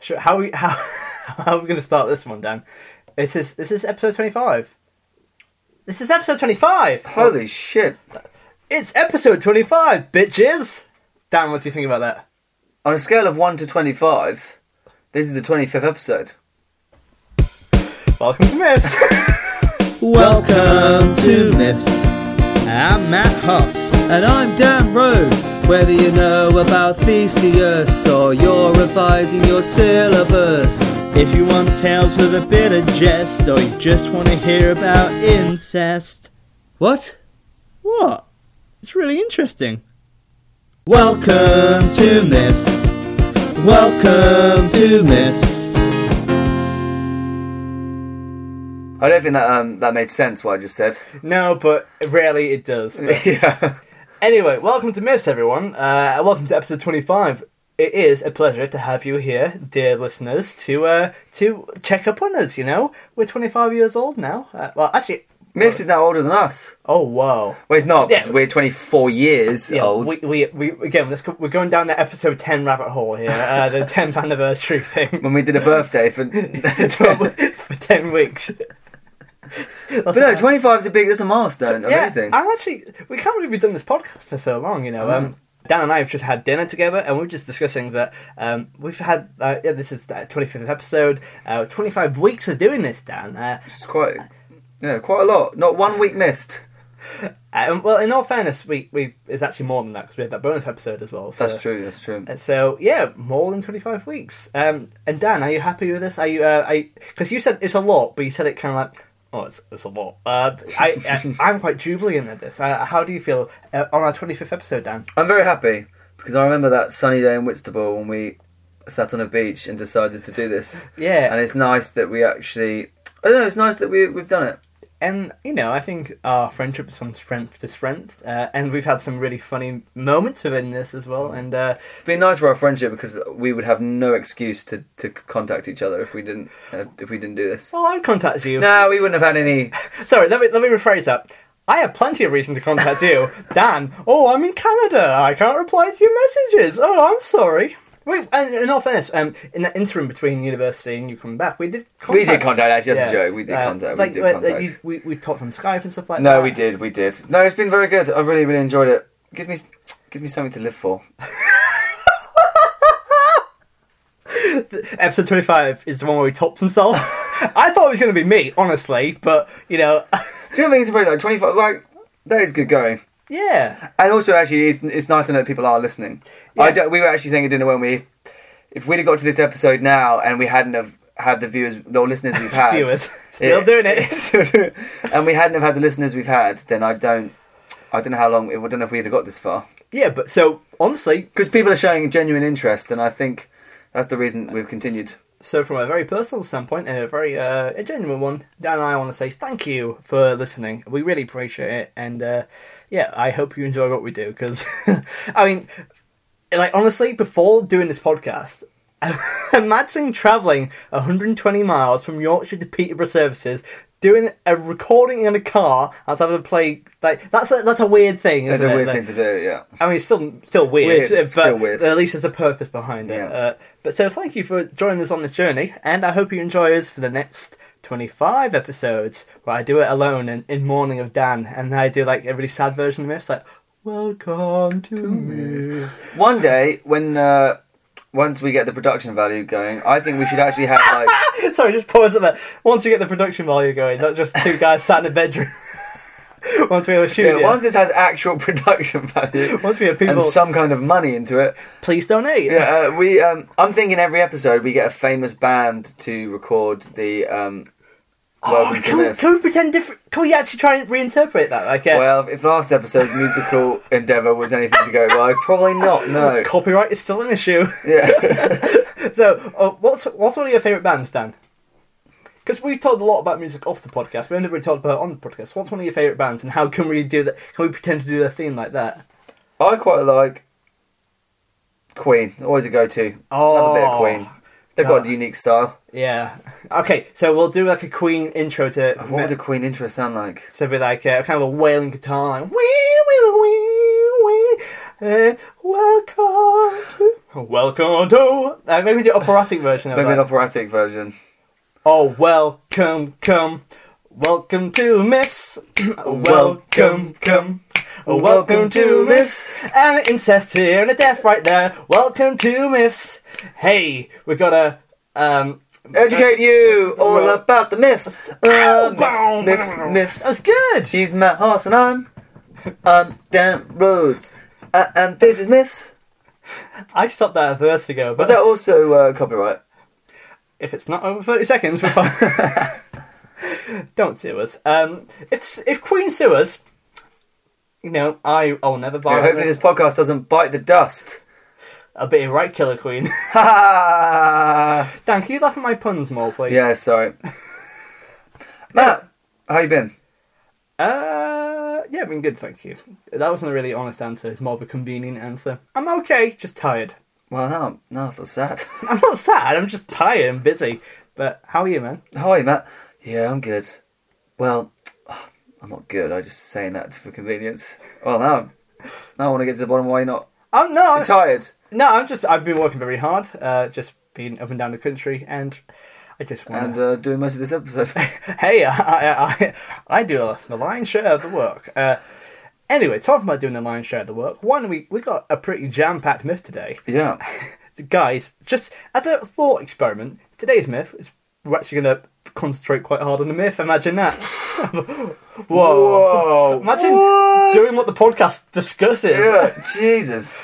Sure, how we how how are we going to start this one, Dan? This is this is episode twenty five. This is episode twenty five. Holy shit! It's episode twenty five, bitches. Dan, what do you think about that? On a scale of one to twenty-five, this is the twenty-fifth episode. Welcome to Myths. Welcome to Myths. I'm Matt Huss. And I'm Dan Rhodes. Whether you know about Theseus or you're revising your syllabus. If you want tales with a bit of jest or you just want to hear about incest. What? What? It's really interesting. Welcome to Myths. Welcome to Myths. I don't think that um, that made sense what I just said. no, but rarely it does. but- yeah. anyway, welcome to Myths, everyone. Uh, welcome to episode twenty five. It is a pleasure to have you here, dear listeners, to uh, to check up on us. You know, we're twenty five years old now. Uh, well, actually, Miss is now older than us. oh wow. Well, he's not. 'cause Yeah. We're twenty-four years Yeah, old. We, we, we again. Let's go, we're going down the episode ten rabbit hole here. Uh, the tenth anniversary thing when we did a birthday for, but for ten weeks. but no, twenty-five is a big. That's a milestone. yeah, I really think. I'm actually. We can't believe we've done this podcast for so long. You know, um, Dan and I have just had dinner together, and we are just discussing that um, we've had. Uh, yeah, this is the 25th episode. Uh, 25 weeks of doing this, Dan. Uh, It's quite. Yeah, quite a lot. Not one week missed. um, well, in all fairness, we we it's actually more than that because we had that bonus episode as well. So. That's true. That's true. And so yeah, more than twenty five weeks. Um, and Dan, are you happy with this? Are you? Uh, I because you said it's a lot, but you said it kind of like, oh, it's, it's a lot. Uh, I, I I'm quite jubilant at this. Uh, how do you feel uh, on our twenty fifth episode, Dan? I'm very happy because I remember that sunny day in Whitstable when we sat on a beach and decided to do this. Yeah, And it's nice that we actually. I don't know. It's nice that we we've done it. and you know, I think our friendship is from strength to strength, uh, and we've had some really funny moments within this as well. And uh, It'd be nice for our friendship because we would have no excuse to, to contact each other if we didn't uh, if we didn't do this. well, I'd contact you. No, we wouldn't have had any. Sorry, let me let me rephrase that. I have plenty of reason to contact you, Dan. Oh, I'm in Canada. I can't reply to your messages. Oh, I'm sorry. Wait, and in all fairness, um, in the interim between university and you coming back, we did contact. We did contact. Actually, that's a joke. We did uh, contact. Like, we did uh, contact. you- we, we talked on Skype and stuff like that. No, we did. We did. No, it's been very good. I really really enjoyed it. Gives me gives me something to live for. Episode 25 is the one where he tops himself. I thought it was going to be me, honestly, but, you know, Do you know what I think it's about like twenty five? Like that is good going. yeah. And also, actually, it's, it's nice to know that people are listening. I don't, we were actually saying at dinner when we, if we'd have got to this episode now and we hadn't have had the viewers, the listeners we've had, Viewers. Still doing it. and we hadn't have had the listeners we've had, then I don't, I don't know how long. I don't know if we'd have got this far Yeah, but so, honestly, because people are showing a genuine interest, and I think that's the reason we've continued. So, from a very personal standpoint and a very uh, a genuine one, Dan and I want to say thank you for listening. We really appreciate it, and uh, yeah, I hope you enjoy what we do because, I mean, like honestly, before doing this podcast, imagine traveling 120 miles from Yorkshire to Peterborough Services. Doing a recording in a car outside of a play, like that's a that's a weird thing. That's Isn't a it? weird Like, thing to do. Yeah, I mean, it's still still weird, Weird, but still weird. at least there's a purpose behind it. Yeah. Uh, but so, thank you for joining us on this journey, and I hope you enjoy us for the next 25 episodes where I do it alone and in mourning of Dan, and I do like a really sad version of it. It's like, Welcome to me. one day when. Uh, once we get the production value going, I think we should actually have like Sorry, just pause at that. Once we get the production value going, not just two guys sat in a bedroom. once we have a yeah, studio. once this has actual production value, once we have and people, some kind of money into it. please donate. Yeah, uh, we. Um, I'm thinking every episode we get a famous band to record the. Um, Oh, Welcome to can, we, Myth. can we pretend different? Can we actually try and reinterpret that? Like, uh, Well, if last episode's musical endeavour was anything to go by, probably not. No. copyright is still an issue. Yeah. So, uh, what's what's one of your favourite bands, Dan? Because we've talked a lot about music off the podcast, we haven't really talked about it on the podcast. What's one of your favourite bands, and how can we do that? Can we pretend to do their theme like that? I quite like Queen. Always a go-to. Love a bit of Queen. They've got Oh, God. a unique style. Yeah. Okay, so we'll do like a Queen intro to. What would a Queen intro sound like? So it'd be like uh, kind of a wailing guitar, like wee wee wee wee. Uh, eh, welcome to Welcome to. Uh, maybe the operatic version of Maybe that. an operatic version. Oh, welcome, come. Welcome to Miffs. welcome, come. Welcome to Miffs. And incest here and a death right there. Welcome to Miffs. Hey, we got a. Um, Educate you all Well- about the myths. Ow, Uh, bow, myths, bow. myths, myths. that's good. She's my horse and I'm on Dan Rhodes. Uh, and this is myths. I stopped that a verse ago, but Was that also uh, copyright? if it's not over 30 seconds, we're fine. Don't sue us. Um, if, if Queen sue us, you know, I, I'll never buy Yeah, hopefully it. this podcast doesn't bite the dust. I'll be a right killer queen. Ha! Dan, can you laugh at my puns more, please? yeah, sorry. Matt, how you been? Uh, yeah, I've been good, thank you. That wasn't a really honest answer. It's more of a convenient answer. I'm okay, just tired. Well, now, I'm- now I feel sad. I'm not sad. I'm just tired and busy. But how are you, man? how are you, Matt? Yeah, I'm good. Well, I'm not good. I'm just saying that for convenience. Well, now, I'm- now I want to get to the bottom of why you're not I'm no, you're I'm, tired. no. I'm just. I've been working very hard. Uh, just been up and down the country, and I just want. and to uh, doing most of this episode. hey, I, I, I, I do the lion's share of the work. Uh, anyway, talking about doing the lion's share of the work. One, we we got a pretty jam-packed myth today. yeah. guys, just as a thought experiment, today's myth is we're actually going to concentrate quite hard on the myth. Imagine that. Whoa. Imagine What? doing what the podcast discusses. Yeah, Jesus.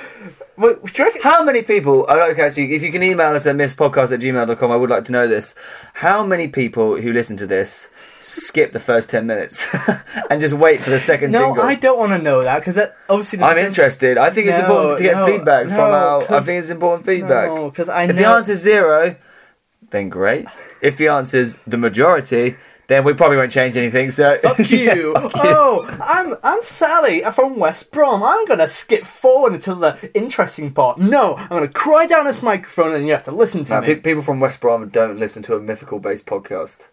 Wait, do you reckon- How many people, I like actually, if you can email us at misspodcast at gmail.com, I would like to know this. How many people who listen to this skip the first 10 minutes and just wait for the second No, jingle? I don't want to know that because that obviously. am interested. I think it's No, important to get no, feedback from no, our. I 'cause- think it's important feedback. because I if the know- answer's zero, then great. If the answer's the majority, then we probably won't change anything. So Fuck you. Fuck you. Oh, I'm I'm Sally. I'm from West Brom. I'm gonna skip forward until the interesting part. No, I'm gonna cry down this microphone, and you have to listen to No, me. pe- people from West Brom don't listen to a mythical based podcast.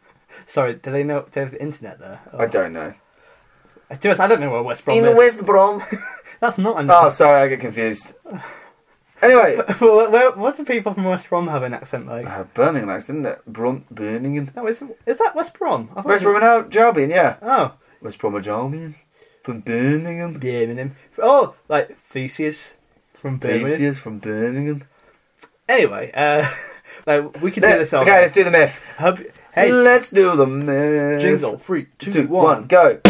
Sorry, do they know? Do they have the internet there? Oh, I don't know. I do. I don't know where West Brom is. Brom. That's not. An- oh, sorry, I get confused. Anyway, Where, where, what do people from West Brom have an accent like? uh, Birmingham, accent, didn't it? Brom, Birmingham. No, is is that West Brom? I thought West it was- Brom and Jarbian, yeah. Oh, West Brom and Jarbian. From Birmingham. Birmingham. Oh, like Theseus from Birmingham. Theseus from Birmingham. Anyway, uh, like we could do Let- this all. okay, let's do the myth. Hub- hey, Let's do the myth. jingle! Three, two, one. Two, one, go.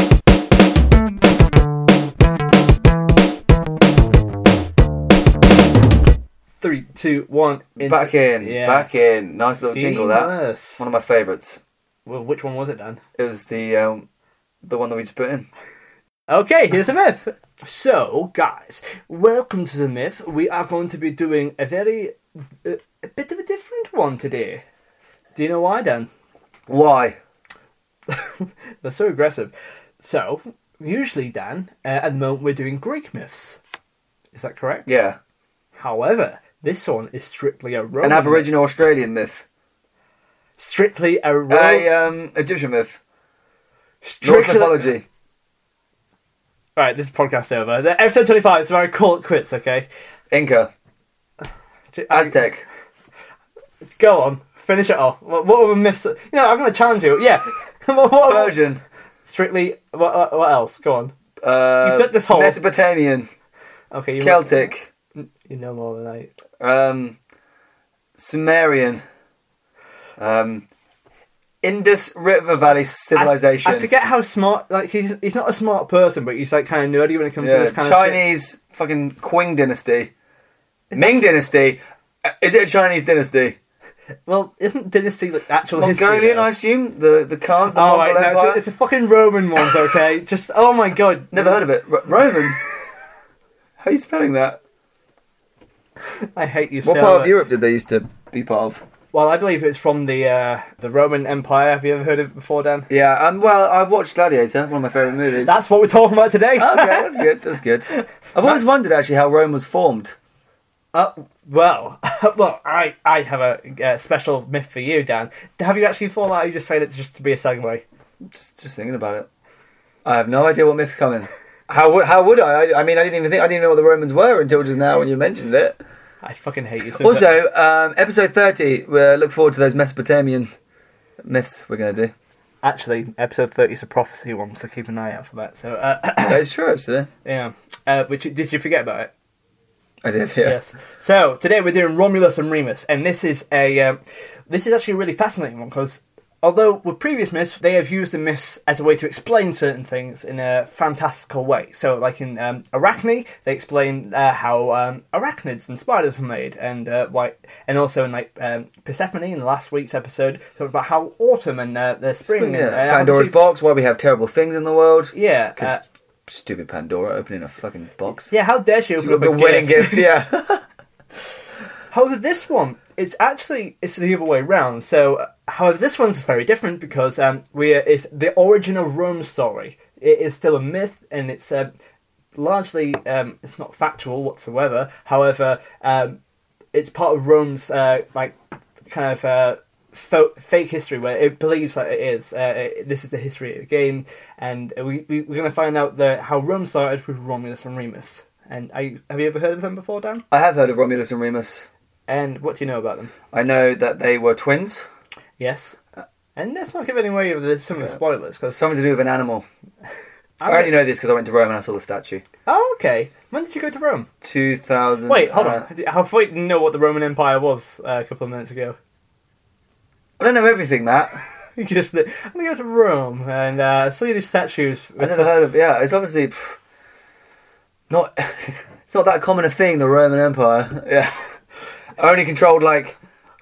Three, two, one. into- Back in, Yeah. back in. Nice little jingle, that. Seamless. One of my favourites. Well, which one was it, Dan? It was the um, the one that we just put in. Okay, here's a myth. So, guys, welcome to the myth. We are going to be doing a very uh, a bit of a different one today. Do you know why, Dan? Why? They're so aggressive. So, usually, Dan, uh, at the moment we're doing Greek myths. Is that correct? Yeah. However, this one is strictly a Roman. An Aboriginal Australian myth. myth. Strictly Uh, a Roman. A um, Egyptian myth. Norse strictly... mythology. Right, this is podcast over. The episode 25 is where I call it quits, okay? Inca. Aztec. Go on. Finish it off. What, what other myths? You know, I'm going to challenge you. Yeah. what, what other- Persian. Strictly. What, what, what else? Go on. Uh, You've done this whole- Mesopotamian. Okay. You Celtic. You know more than I. Um, Sumerian. Um, Indus River Valley civilization. I forget how smart. Like he's he's not a smart person, but he's like kind of nerdy when it comes to Yeah, this kind of Chinese fucking Qing dynasty. Ming dynasty. Uh, Is it a Chinese dynasty? shit. Well, isn't dynasty like actual history? Mongolian, though? I assume. The the Khans, the Oh, Mongol right, no, it's, Empire. a- it's a fucking Roman ones, okay? Just oh my god, Never heard of it. R- Roman. How are you spelling that? I hate you. What so part much. of Europe did they used to be part of? Well, I believe it's from the uh, the Roman Empire. Have you ever heard of it before, Dan? Yeah, um, well, I watched Gladiator, one of my favourite movies. That's what we're talking about today. okay. That's good. That's good. I've always wondered actually how Rome was formed. Uh, well, well, I, I have a uh, special myth for you, Dan. Have you actually thought out? You just saying it just to be a segue. Just, just thinking about it. I have no idea what myth's coming. How would how would I? I? I mean, I didn't even think I didn't even know what the Romans were until just now when you mentioned it. I fucking hate you. so much. Also, um, episode 30, uh, look forward to those Mesopotamian myths we're going to do. actually, episode thirty is a prophecy one, so keep an eye out for that. So, uh, That's true, actually. yeah. Uh, which did you forget about it? I did, yeah. Yes. So today we're doing Romulus and Remus, and this is a um, this is actually a really fascinating one because although with previous myths they have used the myths as a way to explain certain things in a fantastical way. So like in um, Arachne, they explain uh, how um, arachnids and spiders were made, and uh, why, and also in like um, Persephone in last week's episode talked about how autumn and uh, the spring, Yeah, and, uh, Pandora's how- box, why we have terrible things in the world. Yeah. Because uh, stupid Pandora opening a fucking box. yeah, how dare she open The up a wedding gift, yeah. However, this one is actually it's the other way round. So, uh, however, this one's very different because um, we uh, it's the origin of Rome story. It is still a myth, and it's um, largely um, it's not factual whatsoever. However, um, it's part of Rome's uh, like kind of uh, fo- fake history where it believes that it is. Uh, it- this is the history of the game, and we, we we're going to find out the, how Rome started with Romulus and Remus. And are you, have you ever heard of them before, Dan? I have heard of Romulus and Remus. And what do you know about them? I know that they were twins. Yes. And let's not give any away of the, some of the spoilers because Something to do with an animal. I already know this because I went to Rome and I saw the statue. Oh, okay. When did you go to Rome? 2000. Wait, hold uh, on. I thought you didn't know what the Roman Empire was uh, a couple of minutes ago. I don't know everything, Matt. You Just, that- I'm gonna go to Rome and uh, see these statues. I never heard of. Yeah, it's obviously pff, not. it's not that common a thing. The Roman Empire. Yeah, only controlled like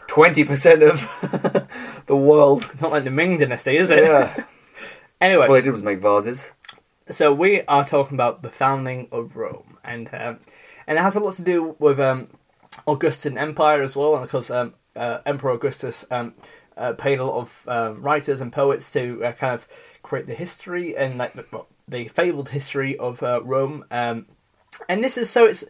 twenty percent of the world. Not like the Ming Dynasty, is it? Yeah, anyway, all they did was make vases. so we are talking about the founding of Rome, and um, and it has a lot to do with um, Augustan Empire as well, and of course um, uh, Emperor Augustus um, uh, paid a lot of um writers and poets to uh, kind of create the history and like the, well, the fabled history of uh, Rome, um, and this is so it's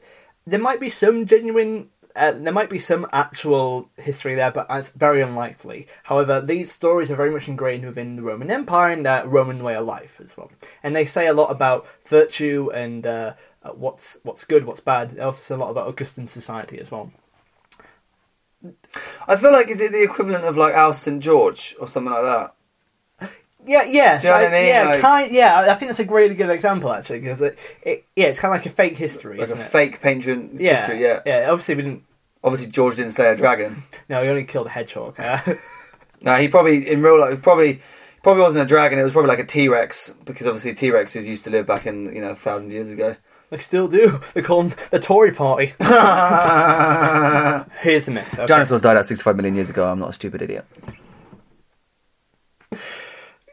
there might be some genuine. Uh, there might be some actual history there, but it's very unlikely. However, these stories are very much ingrained within the Roman Empire and that Roman way of life as well. And they say a lot about virtue and uh, uh, what's what's good, what's bad. They also say a lot about Augustan society as well. I feel like is it the equivalent of like our St George or something like that. Yeah, yeah, Do you know so- what I mean? yeah, Like- kind, yeah. I- I think that's a really good example actually because it, it, yeah, it's kind of like a fake history, Like isn't a it? fake patron yeah, sister. Yeah. yeah. Obviously, we didn't. Obviously, George didn't slay a dragon. No, we only killed a hedgehog. Uh, No, he probably in real life probably. Probably wasn't a dragon. It was probably like a T Rex because obviously T Rexes used to live back in you know a thousand years ago. they still do. They call them the Tory Party. Here's the myth. okay? Dinosaurs died out 65 million years ago. I'm not a stupid idiot.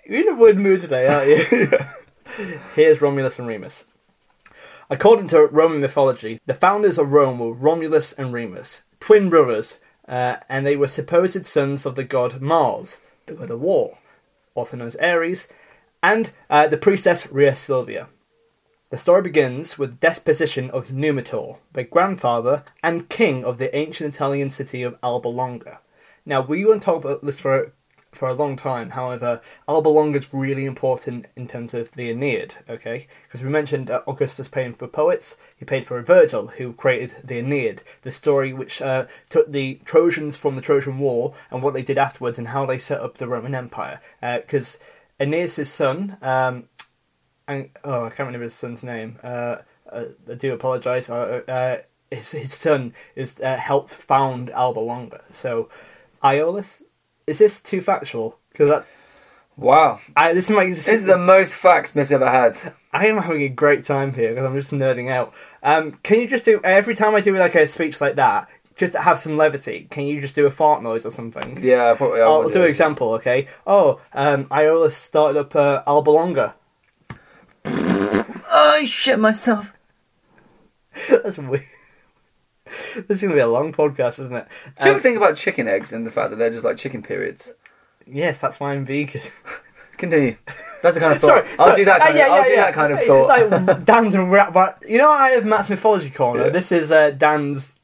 You're in a weird mood today, aren't you? Here's Romulus and Remus. According to Roman mythology, the founders of Rome were Romulus and Remus, twin brothers, uh, and they were supposed sons of the god Mars, the god of war, also known as Ares, and uh, the priestess Rhea Silvia. The story begins with the deposition of Numitor, the grandfather and king of the ancient Italian city of Alba Longa. Now, we won't talk about this for for a long time. However, Alba Longa is really important in terms of the Aeneid. Okay, because we mentioned uh, Augustus paying for poets. He paid for Virgil, who created the Aeneid, the story which uh, took the Trojans from the Trojan War and what they did afterwards and how they set up the Roman Empire. Uh, Because Aeneas' son. Um, and oh, I can't remember his son's name. Uh, uh, I do apologise. Uh, uh, his his son is uh, helped found Alba Longa. So, Iolus, is this too factual? Because Wow. I this is my this This is the most facts Miss ever had. I am having a great time here because I'm just nerding out. Um, can you just do every time I do like a speech like that, just to have some levity? Can you just do a fart noise or something? Yeah, probably. I I'll, would do an example, okay? Oh, um, Iolus started up uh, Alba Longa. I shit myself. That's weird. This is going to be a long podcast, isn't it? Do Um, you ever think about chicken eggs and the fact that they're just like chicken periods? yes, that's why I'm vegan. Continue. That's the kind of thought. sorry, I'll sorry. do that. Ah, Kind yeah, of, I'll yeah, do yeah. that kind of Hey, thought. Like Dan's rap, but you know what? I have Matt's mythology corner. Yeah. This is uh, Dan's,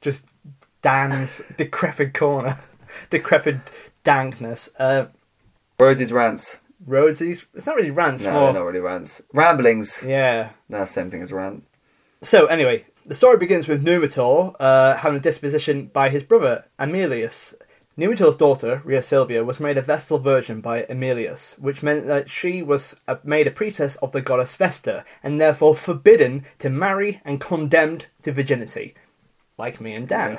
just Dan's decrepit corner, decrepit dankness. Uh, Rhodes's rants. Rhodesies. It's not really rants. No, more, they're not really rants. Ramblings. yeah. No, same thing as rant. So anyway, The story begins with Numitor uh, having a disposition by his brother, Emilius. Numitor's daughter, Rhea Silvia, was made a Vestal Virgin by Emilius, which meant that she was uh, made a priestess of the goddess Vesta, and therefore forbidden to marry and condemned to virginity. Like me and Dan.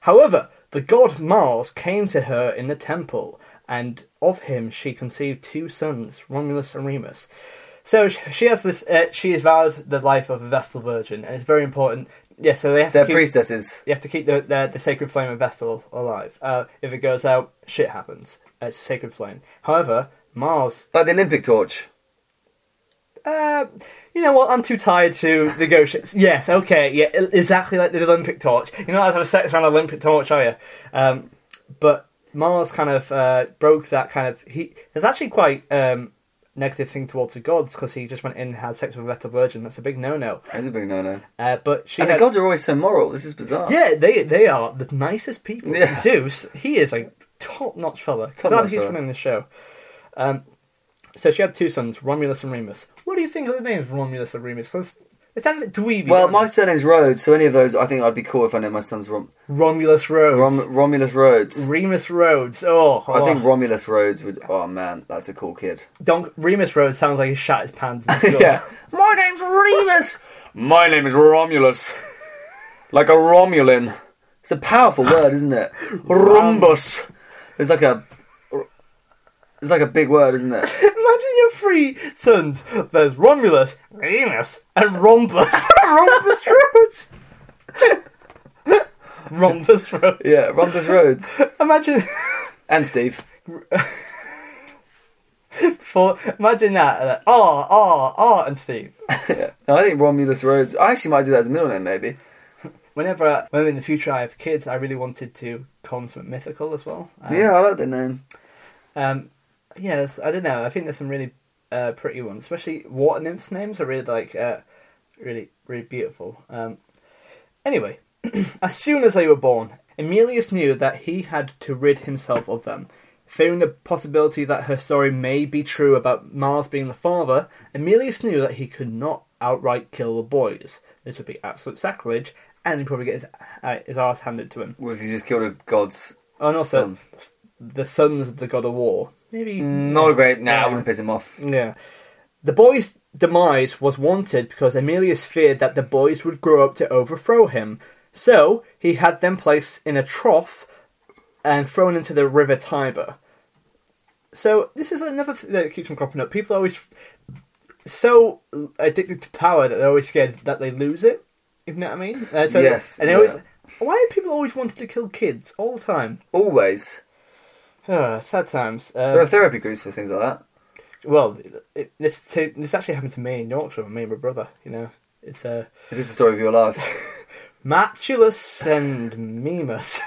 However, the god Mars came to her in the temple, and of him she conceived two sons, Romulus and Remus. So sh- she has this. Uh, she is vowed the life of a Vestal Virgin, and it's very important. Yeah, so they have They're to keep, priestesses. you have to keep the the, the sacred flame of Vestal alive. Uh, if it goes out, shit happens. It's a sacred flame. However, Mars. Like the Olympic torch. Uh, you know what? I'm too tired to negotiate. yes, okay, yeah, e- exactly like the Olympic torch. You're not allowed to have sex around an Olympic torch, are you? Um, but Mars kind of uh, broke that kind of. He it's actually quite um, negative thing towards the gods because he just went in and had sex with a Vestal Virgin. That's a big no-no. That's a big no no. Uh, but she And had- the gods are always so moral. This is bizarre. Yeah, they they are the nicest people. Yeah. Zeus, he is a top notch fella. Glad Top-notch he's fella. running the show. Um, so she had two sons, Romulus and Remus. What do you think of the names Romulus and Remus? 'Cause it sounds a bit dweeby. Well, don't my it? surname's Rhodes, so any of those, I think I'd be cool if I named my son's Rom- Romulus Rhodes, Rom- Romulus Rhodes. Remus Rhodes. Oh, I think oh. Romulus Rhodes would. Oh man, that's a cool kid. Don't, Remus Rhodes sounds like he shat his pants. in school. My name's Remus. My name is Romulus. Like a Romulan. It's a powerful word, isn't it? Rumbus. It's like a. It's like a big word, isn't it? Imagine your three sons. There's Romulus, Remus, and Rhombus. Rhombus Rhodes. Rhombus Rhodes. Yeah, Rumbus Rhodes Imagine. and Steve. For imagine that. uh, R R R oh, and Steve. Yeah. No, I think Romulus Rhodes. I actually might do that as a middle name, maybe. Whenever, I, when in the future I have kids, I really wanted to call them something mythical as well. Um, yeah, I like the name. Um, yes, I don't know. I think there's some really uh, pretty ones, especially water nymphs names are really like uh, really really beautiful. Um, anyway, as soon as they were born, Emilius knew that he had to rid himself of them. Fearing the possibility that her story may be true about Mars being the father, Emilius knew that he could not outright kill the boys. This would be absolute sacrilege, and he'd probably get his, uh, his ass handed to him. Well, if you just killed a god's. Oh, and also, Son. s- the sons of the god of war. Maybe Not a great. Nah, I Yeah. wouldn't piss him off. Yeah. The boy's demise was wanted because Emilius feared that the boys would grow up to overthrow him. So he had them placed in a trough and thrown into the river Tiber. So this is another thing that keeps on cropping up. People are always so addicted to power that they're always scared that they lose it. You know what I mean? Uh, so- Yes, And they always, yeah. why are people always wanting to kill kids all the time? Always. Ah, sad times. Um, There are therapy groups for things like that. Well, it, this t- this actually happened to me in Yorkshire, with me and my brother. You know, it's uh, Is this the story of your life? Matulus and Mimas.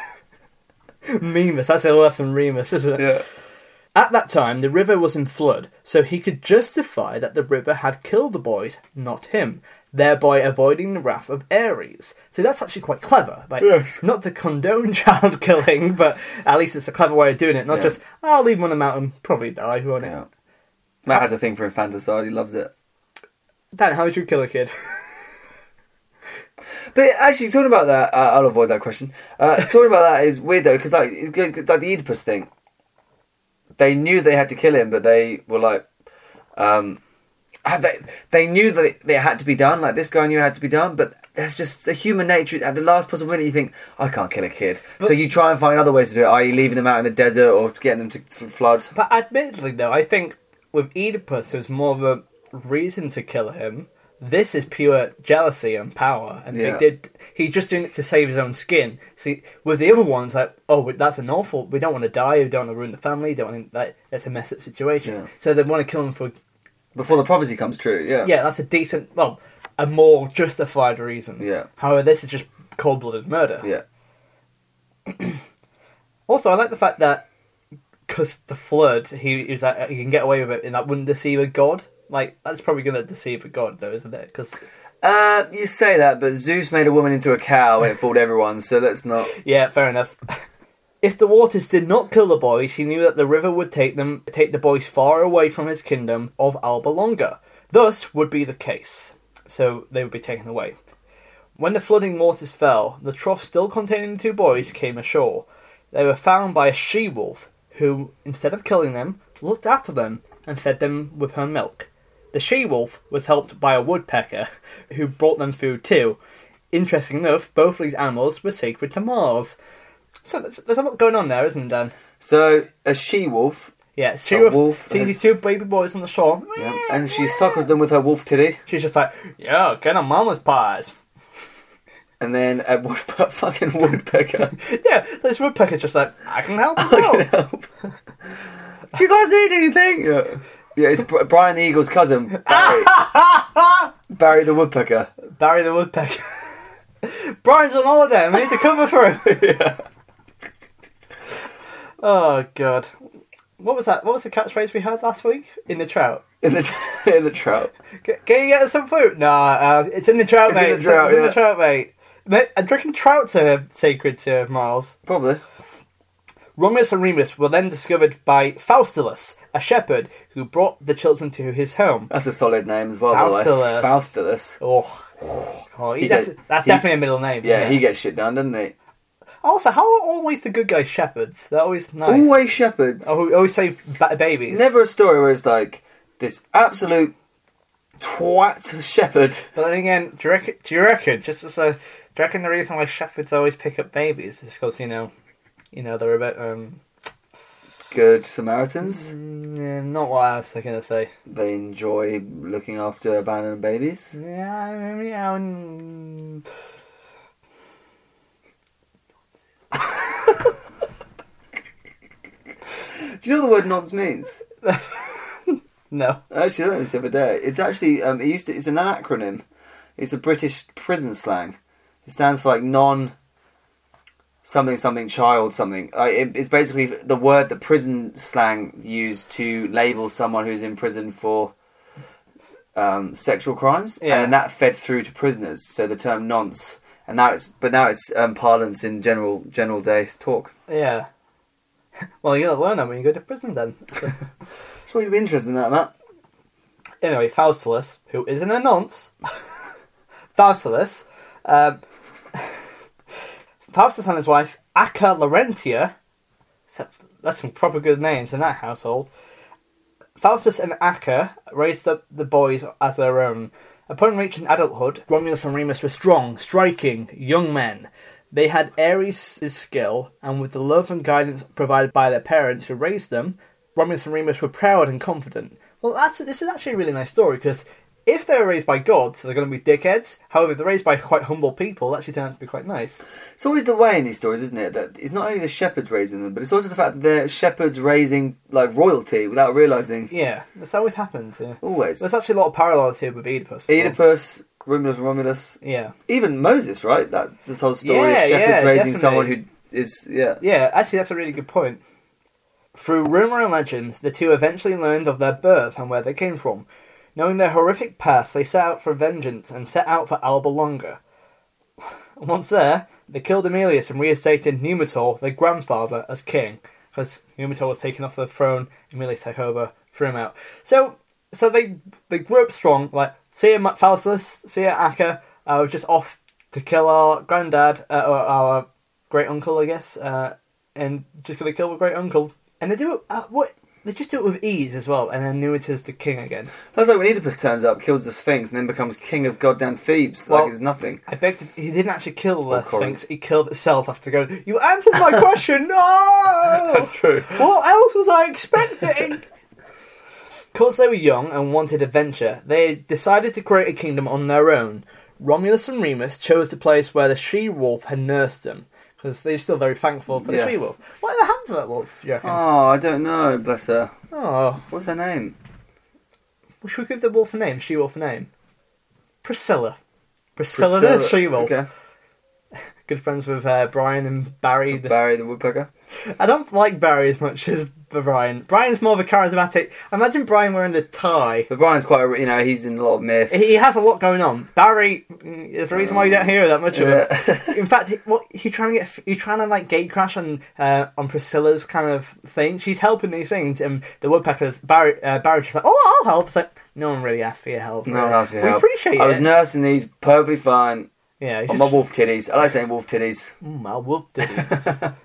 Mimas, that's a worse than Remus, isn't it? yeah. At that time, the river was in flood, so he could justify that the river had killed the boys, not him, thereby avoiding the wrath of Ares. So that's actually quite clever. Like, Yes. Not to condone child killing, but at least it's a clever way of doing it. Not Yeah. just, I'll leave him on the mountain, probably die, won't it? Yeah. Matt has a thing for infanticide. He loves it. Dan, how would you kill a kid? But actually, talking about that, uh, I'll avoid that question. Uh, talking about that is weird though, because like, it goes- like the Oedipus thing, they knew they had to kill him, but they were like, um, had they they knew that it, it had to be done. Like this guy knew it had to be done, but that's just the human nature. At the last possible minute, you think I can't kill a kid, so you try and find other ways to do it. Are you leaving them out in the desert or getting them to f- flood? But admittedly, though, I think with Oedipus, there's more of a reason to kill him. This is pure jealousy and power, and Yeah. they did. He's just doing it to save his own skin. See, with the other ones, like, oh, that's an awful. We don't want to die. We don't want to ruin the family. Don't want to, like that's a mess up situation. Yeah. So they want to kill him for Before the prophecy comes true, yeah. yeah. That's a decent, well, a more justified reason. Yeah. However, this is just cold blooded murder. Yeah. Also, I like the fact that because the flood, he is like, he can get away with it, and that wouldn't deceive a god. Like that's probably going to deceive a god, though, isn't it? Because Uh, you say that, but Zeus made a woman into a cow and it fooled everyone, so that's not. yeah, fair enough. if the waters did not kill the boys, he knew that the river would take them take the boys far away from his kingdom of Alba Longa. Thus would be the case. So they would be taken away. When the flooding waters fell, the trough still containing the two boys came ashore. They were found by a she wolf, who, instead of killing them, looked after them and fed them with her milk. The she wolf was helped by a woodpecker, who brought them food too. Interesting enough, both these animals were sacred to Mars. So there's, there's a lot going on there, isn't there, Dan? So a she wolf, Yeah, she A wolf, wolf sees is- these two baby boys on the shore. yeah, and she suckles them with her wolf titty, She's just like, yo, get on mama's pies. and then a wood, fucking woodpecker. Yeah, this woodpecker's just like, I can help as well. help. Do you guys need anything? Yeah, yeah it's Bri- Brian the Eagle's cousin, Barry. Barry the woodpecker. Barry the woodpecker. Brian's on holiday, and we need to cover for him. Oh god. What was that? What was the catchphrase we had last week? In the trout. In the in the trout. C- can you get us some food? Nah, uh, it's in the trout, It's in mate. the trout, it's in yeah. the trout, mate. Mate, I'm drinking trout to sacred to Miles. Probably. Romulus and Remus were then discovered by Faustulus, a shepherd who brought the children to his home. That's a solid name as well. by the way. Faustulus. Faustulus. Oh, oh he- He that's, does- that's he- definitely a middle name. Yeah, isn't he it? gets shit done, doesn't he? Also, how are always the good guys shepherds? They're always nice. Always shepherds. Oh, who always save ba- babies. Never a story where it's like this absolute twat shepherd. But then again, do you reckon? Do you reckon just as a, do you reckon the reason why shepherds always pick up babies is because you know, you know they're a bit um, Good Samaritans. mm, not what I was gonna say. They enjoy looking after abandoned babies. Yeah, I mean, yeah, mm. Do you know the word nonce means? no. I actually learned this the other day. It's actually um, it used to, it's an acronym. It's a British prison slang. It stands for like non something something child something. Like it, it's basically the word that prison slang used to label someone who's in prison for um, sexual crimes, Yeah. and then that fed through to prisoners. So the term nonce, and now it's but now it's um, parlance in general general day talk. Yeah. Well, you'll learn that when you go to prison then. So- So you'd be interested in that, Matt. anyway, Faustulus, who isn't a nonce, Faustulus, um, Faustus and his wife, Acca Laurentia, so that's some proper good names in that household. Faustus and Acca raised up the boys as their own. Upon reaching adulthood, Romulus and Remus were strong, striking, young men. They had Ares' skill, and with the love and guidance provided by their parents who raised them, Romulus and Remus were proud and confident. Well, that's, this is actually a really nice story because if they were raised by gods, they're going to be dickheads. However, if they're raised by quite humble people, that actually turns out to be quite nice. It's always the way in these stories, isn't it? That it's not only the shepherds raising them, but it's also the fact that they're shepherds raising like royalty without realizing. Yeah, that's always happened. Yeah. Always There's actually a lot of parallels here with Oedipus. as well. Oedipus, Romulus, and Romulus, Yeah. even Moses, right? That this whole story Yeah, of shepherds yeah, raising definitely. someone who is yeah. Yeah, actually, that's a really good point. Through rumour and legend, the two eventually learned of their birth and where they came from. Knowing their horrific past, they set out for vengeance and set out for Alba Longa. Once there, they killed Emilius and reinstated Numitor, their grandfather, as king, because Numitor was taken off the throne. Emilius took over, threw him out. So, so they they grew up strong. Like, see ya, Ma- Faustus, see ya, Acca. I was just off to kill our granddad, uh, or our great uncle, I guess, uh, and just gonna kill my great uncle. And they do it. Uh, what they just do it with ease as well. And then Numitor's the king again. That's like when Oedipus turns up, kills the Sphinx, and then becomes king of goddamn Thebes. Well- like it's nothing. I beg to, he didn't actually kill the Or Corinth. Sphinx. He killed itself after going. You answered my question. No. true. What else was I expecting? Because they were young and wanted adventure, they decided to create a kingdom on their own. Romulus and Remus chose the place where the she wolf had nursed them, because they're still very thankful for the Yes. she wolf. What the happened to that wolf, do you reckon? Oh, I don't know. Bless her. oh. What's her name? Well, should we give the wolf a name? She wolf a name? Priscilla. Priscilla, the she wolf. Okay. Good friends with uh, Brian and Barry. The... Barry the woodpecker. I don't like Barry as much as Brian. Brian's more of a charismatic. Imagine Brian wearing a tie. But Brian's quite. a- You know, he's in a lot of myths. He has a lot going on. Barry, mm, there's a reason why you don't hear that much of Yeah. it. In fact, he- what you trying to get? You trying to like gate crash on uh, on Priscilla's kind of thing? She's helping these things, and the woodpeckers Barry uh, Barry's just like, oh, I'll help. It's like no one really asked for your help. No really. one asked for your We help. appreciate I it. was nursing these perfectly fine. Yeah, he's Or just, my wolf titties. I like saying wolf titties. Mm, my wolf titties.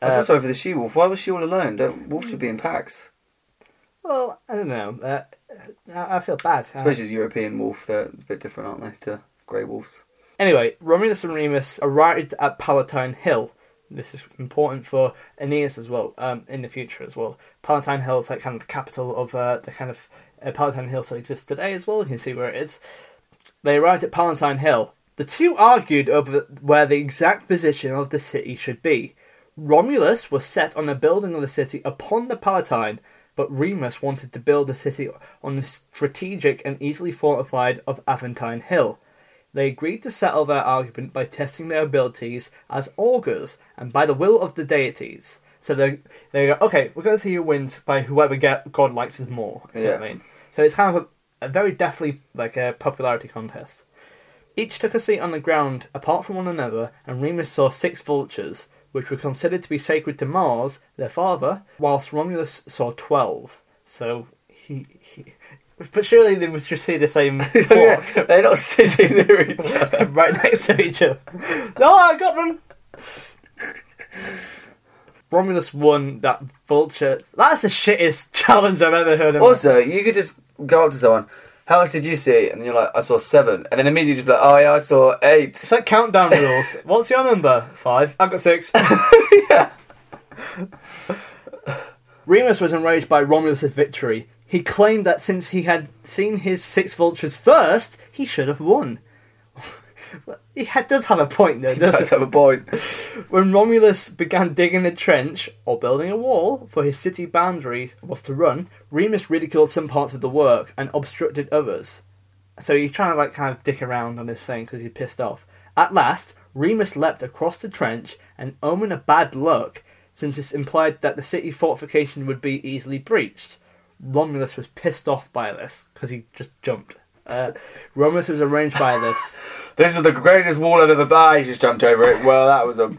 I Uh, feel sorry for the she wolf. Why was she all alone? Don't wolves should be in packs, well, I don't know. Uh, I, I feel bad. Uh, especially as European wolf. They're a bit different, aren't they, to grey wolves? Anyway, Romulus and Remus arrived at Palatine Hill. This is important for Aeneas as well, um, in the future as well. Palatine Hill is like kind of the capital of uh, the kind of uh, Palatine Hill that exists today as well. You can see where it is. They arrived at Palatine Hill. The two argued over where the exact position of the city should be. Romulus was set on the building of the city upon the Palatine, but Remus wanted to build the city on the strategic and easily fortified of Aventine Hill. They agreed to settle their argument by testing their abilities as augurs and by the will of the deities. So they they go, okay, we're going to see who wins by whoever get, God likes us more. if You know what I Yeah. mean? So it's kind of a, a very deftly like a popularity contest. Each took a seat on the ground apart from one another, and Remus saw six vultures, which were considered to be sacred to Mars, their father, whilst Romulus saw twelve. So he. he but surely they must just see the same flock they're not sitting near each other. right next to each other. No, I got them. Romulus won that vulture. That's the shittest challenge I've ever heard of. Also, you could just go up to someone. How much did you see? And you're like, I saw seven. And then immediately just be like, oh yeah, I saw eight. it's like countdown rules. What's your number? Five. I've got six. Remus was enraged by Romulus's victory. He claimed that since he had seen his six vultures first, he should have won. he had, does have a point, though, doesn't Let's have a point. When Romulus began digging a trench or building a wall for his city boundaries was to run, Remus ridiculed some parts of the work and obstructed others. So he's trying to like kind of dick around on this thing because he's pissed off. At last, Remus leapt across the trench, an omen of bad luck, since this implied that the city fortification would be easily breached. Romulus was pissed off by this because he just jumped. Uh, Romulus was arranged by this. This is the greatest wall I've ever built. You just jumped over it. Well, that was a.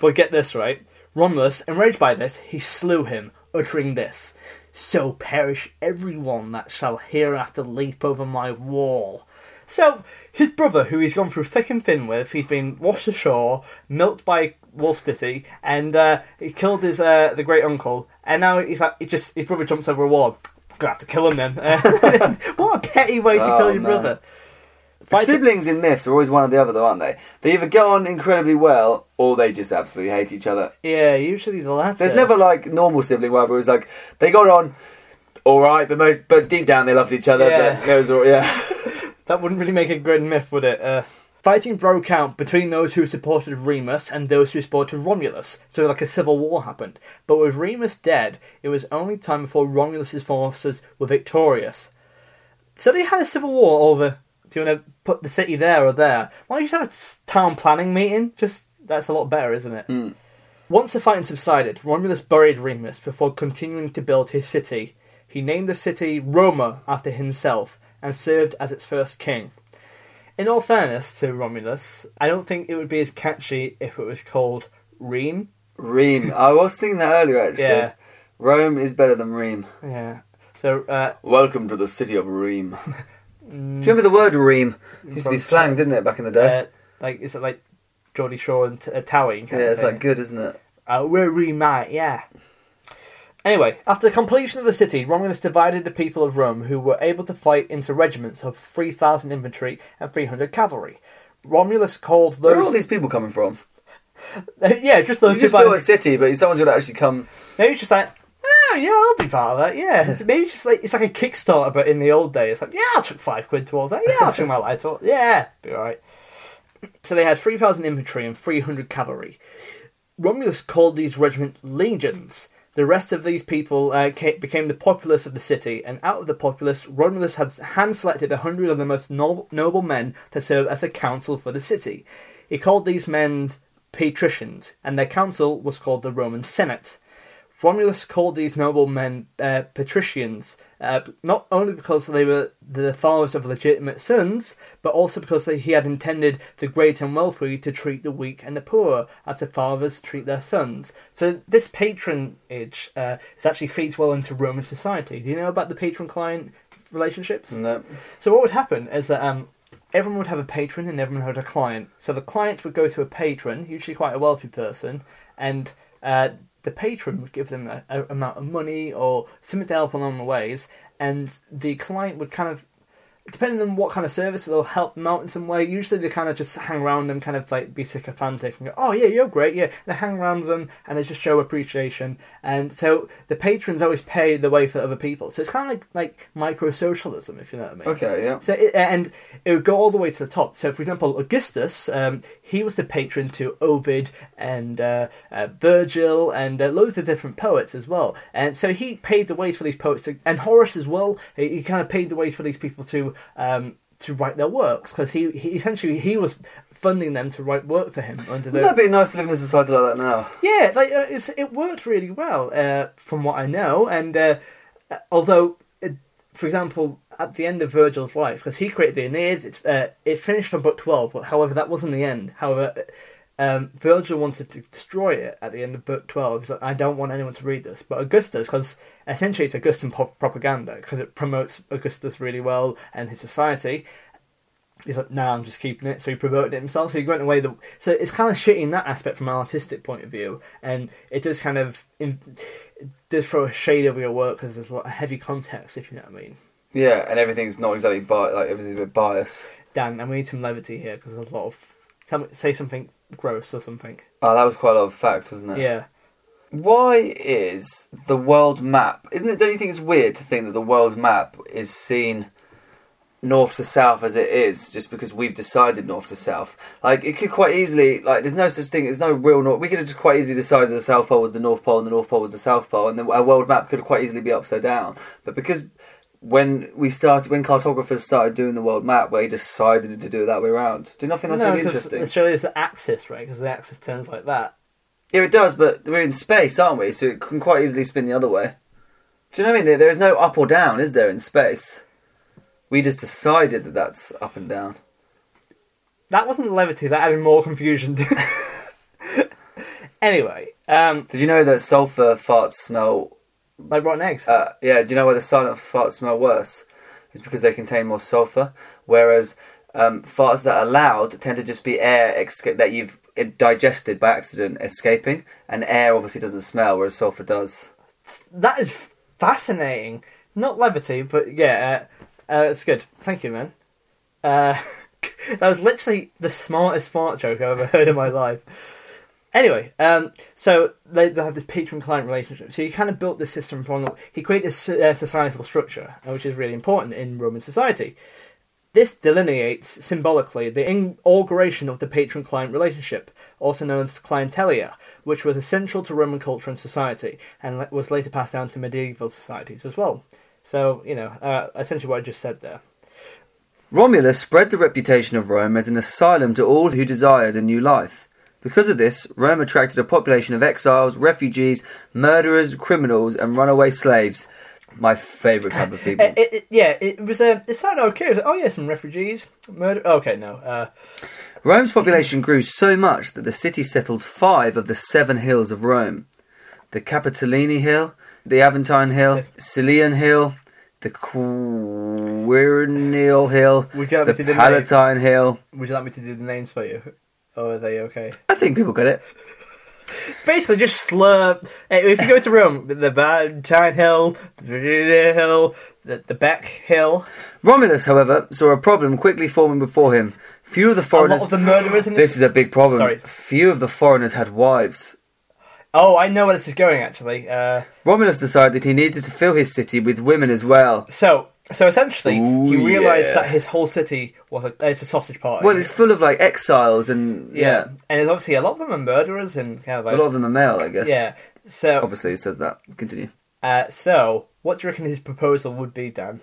But get this right. Romulus, enraged by this, he slew him, uttering this So perish everyone that shall hereafter leap over my wall. So, his brother, who he's gone through thick and thin with, he's been washed ashore, milked by Wolf City, and uh, he killed his uh, the great uncle, and now he's like, he just his brother jumps over a wall. Gonna have to kill him then. Uh, what a petty way to Oh, kill your no. brother. But Fight- siblings in myths are always one or the other, though, aren't they? They either get on incredibly well, or they just absolutely hate each other. Yeah, usually the latter. There's never like normal sibling rivalry. It's like they got on, all right, but most, but deep down they loved each other. Yeah. But it was all, yeah. That wouldn't really make a good myth, would it? Uh, fighting broke out between those who supported Remus and those who supported Romulus, so like a civil war happened. But with Remus dead, it was only time before Romulus's forces were victorious. So they had a civil war over do you want to put the city there or there? Why don't you just have a s- town planning meeting? Just that's a lot better, isn't it? Once the fighting subsided, Romulus buried Remus before continuing to build his city. He named the city Roma after himself and served as its first king. In all fairness to Romulus, I don't think it would be as catchy if it was called Ream. Ream. I was thinking that earlier actually. Yeah. Rome is better than Ream. Yeah. So, uh, Welcome to the city of Ream. Do Mm. you remember the word Ream? It used to From- be slang, didn't it, back in the day? uh, like, is it like Geordie Shaw and t- uh, Towing? yeah, it's like good, isn't it? Uh, where we might, yeah. Anyway, after the completion of the city, Romulus divided the people of Rome, who were able to fight into regiments of 3,000 infantry and 300 cavalry. Romulus called Where are all those. these people coming from? yeah, just You those two just built a bands. city, but someone's going to actually come. Maybe it's just like, oh, yeah, I'll be part of that, yeah. Maybe it's just like, it's like a Kickstarter, but in the old days. It's like, yeah, I'll chuck five quid towards that, yeah, I'll chuck my life towards yeah, be alright. So they had 3,000 infantry and 300 cavalry. Romulus called these regiments legions. The rest of these people uh, ca became the populace of the city, and out of the populace, Romulus had hand selected a hundred of the most no- noble men to serve as a council for the city. He called these men patricians, and their council was called the Roman Senate. Romulus called these noble men uh, patricians, uh, not only because they were the fathers of legitimate sons, but also because they, he had intended the great and wealthy to treat the weak and the poor as the fathers treat their sons. So this patronage uh, is actually feeds well into Roman society. Do you know about the patron-client relationships? No. So what would happen is that um, everyone would have a patron and everyone had a client. So the clients would go to a patron, usually quite a wealthy person, and uh, the patron would give them a, a amount of money or something to help along the ways, and the client would kind of, depending on what kind of service, they'll help them out in some way. Usually they kind of just hang around them, kind of like be sycophantic and go, "Oh yeah, you're great, yeah." And they hang around them and they just show appreciation, and so the patrons always pay the way for other people. So it's kind of like like micro socialism, if you know what I mean. Okay, yeah. So it, uh, and it would go all the way to the top. So, for example, Augustus, um, he was the patron to Ovid and uh, uh, Virgil and uh, loads of different poets as well. And so he paid the ways for these poets, to, and Horace as well. He, he kind of paid the way for these people to um, to write their works because he, he essentially he was funding them to write work for him under the Wouldn't that be nice to live in a society like that now? yeah, like uh, it's, it worked really well uh, from what I know. And uh, uh, although, it, for example, at the end of Virgil's life, because he created the Aeneid, it's, uh, it finished on book twelve. But however, that wasn't the end. However. Um, Virgil wanted to destroy it at the end of book 12. He's like, I don't want anyone to read this. But Augustus, because essentially it's Augustan pop- propaganda, because it promotes Augustus really well and his society, he's like, no, I'm just keeping it. So he promoted it himself. So he went away. The so it's kind of shitty in that aspect from an artistic point of view, and it does kind of in, it does throw a shade over your work because there's a lot of heavy context, if you know what I mean. Yeah, and everything's not exactly bi- like everything's a bit biased. Dan, and we need some levity here because there's a lot of some, say something gross or something. Oh, that was quite a lot of facts, wasn't it? Yeah, Why is the world map? Isn't it? Don't you think it's weird to think that the world map is seen north to south as it is, just because we've decided north to south? Like it could quite easily, like there's no such thing. There's no real north. We could have just quite easily decided the South Pole was the North Pole and the North Pole was the South Pole, and then our world map could quite easily be upside down. But because when we started, when cartographers started doing the world map, they decided to do it that way around. Do you not think that's no, really 'cause interesting? Australia is the axis, right? Because the axis turns like that. Yeah, it does, but we're in space, aren't we? So it can quite easily spin the other way. Do you know what I mean? There- There is no up or down, is there, in space? We just decided that that's up and down. That wasn't levity. That added more confusion. anyway, um, Did you know that sulfur farts smell? like rotten eggs. Uh, yeah. Do you know why the silent farts smell worse? It's because they contain more sulfur, whereas um, farts that are loud tend to just be air exca- that you've uh, digested by accident escaping, and air obviously doesn't smell, whereas sulfur does. That is fascinating. Not levity, but yeah, uh, uh, it's good. Thank you, man. Uh, that was literally the smartest fart joke I've ever heard in my life. Anyway, um, so they, they have this patron-client relationship. So he kind of built this system from he created this uh, societal structure, uh, which is really important in Roman society. This delineates symbolically the inauguration of the patron client relationship, also known as clientelia, which was essential to Roman culture and society, and le- was later passed down to medieval societies as well. So, you know, uh, essentially what I just said there. Romulus spread the reputation of Rome as an asylum to all who desired a new life. Because of this, Rome attracted a population of exiles, refugees, murderers, criminals, and runaway slaves. My favourite type of people. Uh, It, it, it- yeah, it was. Um, it sounded okay. It was like, oh yeah, some refugees, murder. Okay, no. Uh, Rome's population grew so much that the city settled five of the seven hills of Rome the Capitoline Hill, the Aventine Hill, Cillian Hill, the Quirinial Hill, Would you have the it in the name? Palatine Hill. would you like me to do the names for you? Or are they okay? I think people get it. Basically, just slur. eh, If you go to Rome, the Valentine Hill, the Hill, the, the Beck Hill, Romulus, however, saw a problem quickly forming before him. Few of a the lot foreigners. of the murderers in this this. is a big problem. Sorry. Few of the foreigners had wives. Oh, I know where this is going actually. Uh, Romulus decided that he needed to fill his city with women as well. so, so essentially, Ooh, he realized yeah. that his whole city was a, it's a sausage party. Well, it's full of like exiles and yeah, and it's obviously a lot of them are murderers and kind of like a lot of them are male, I guess. yeah. So, Obviously, it says that. Continue. uh, so what do you reckon his proposal would be, Dan?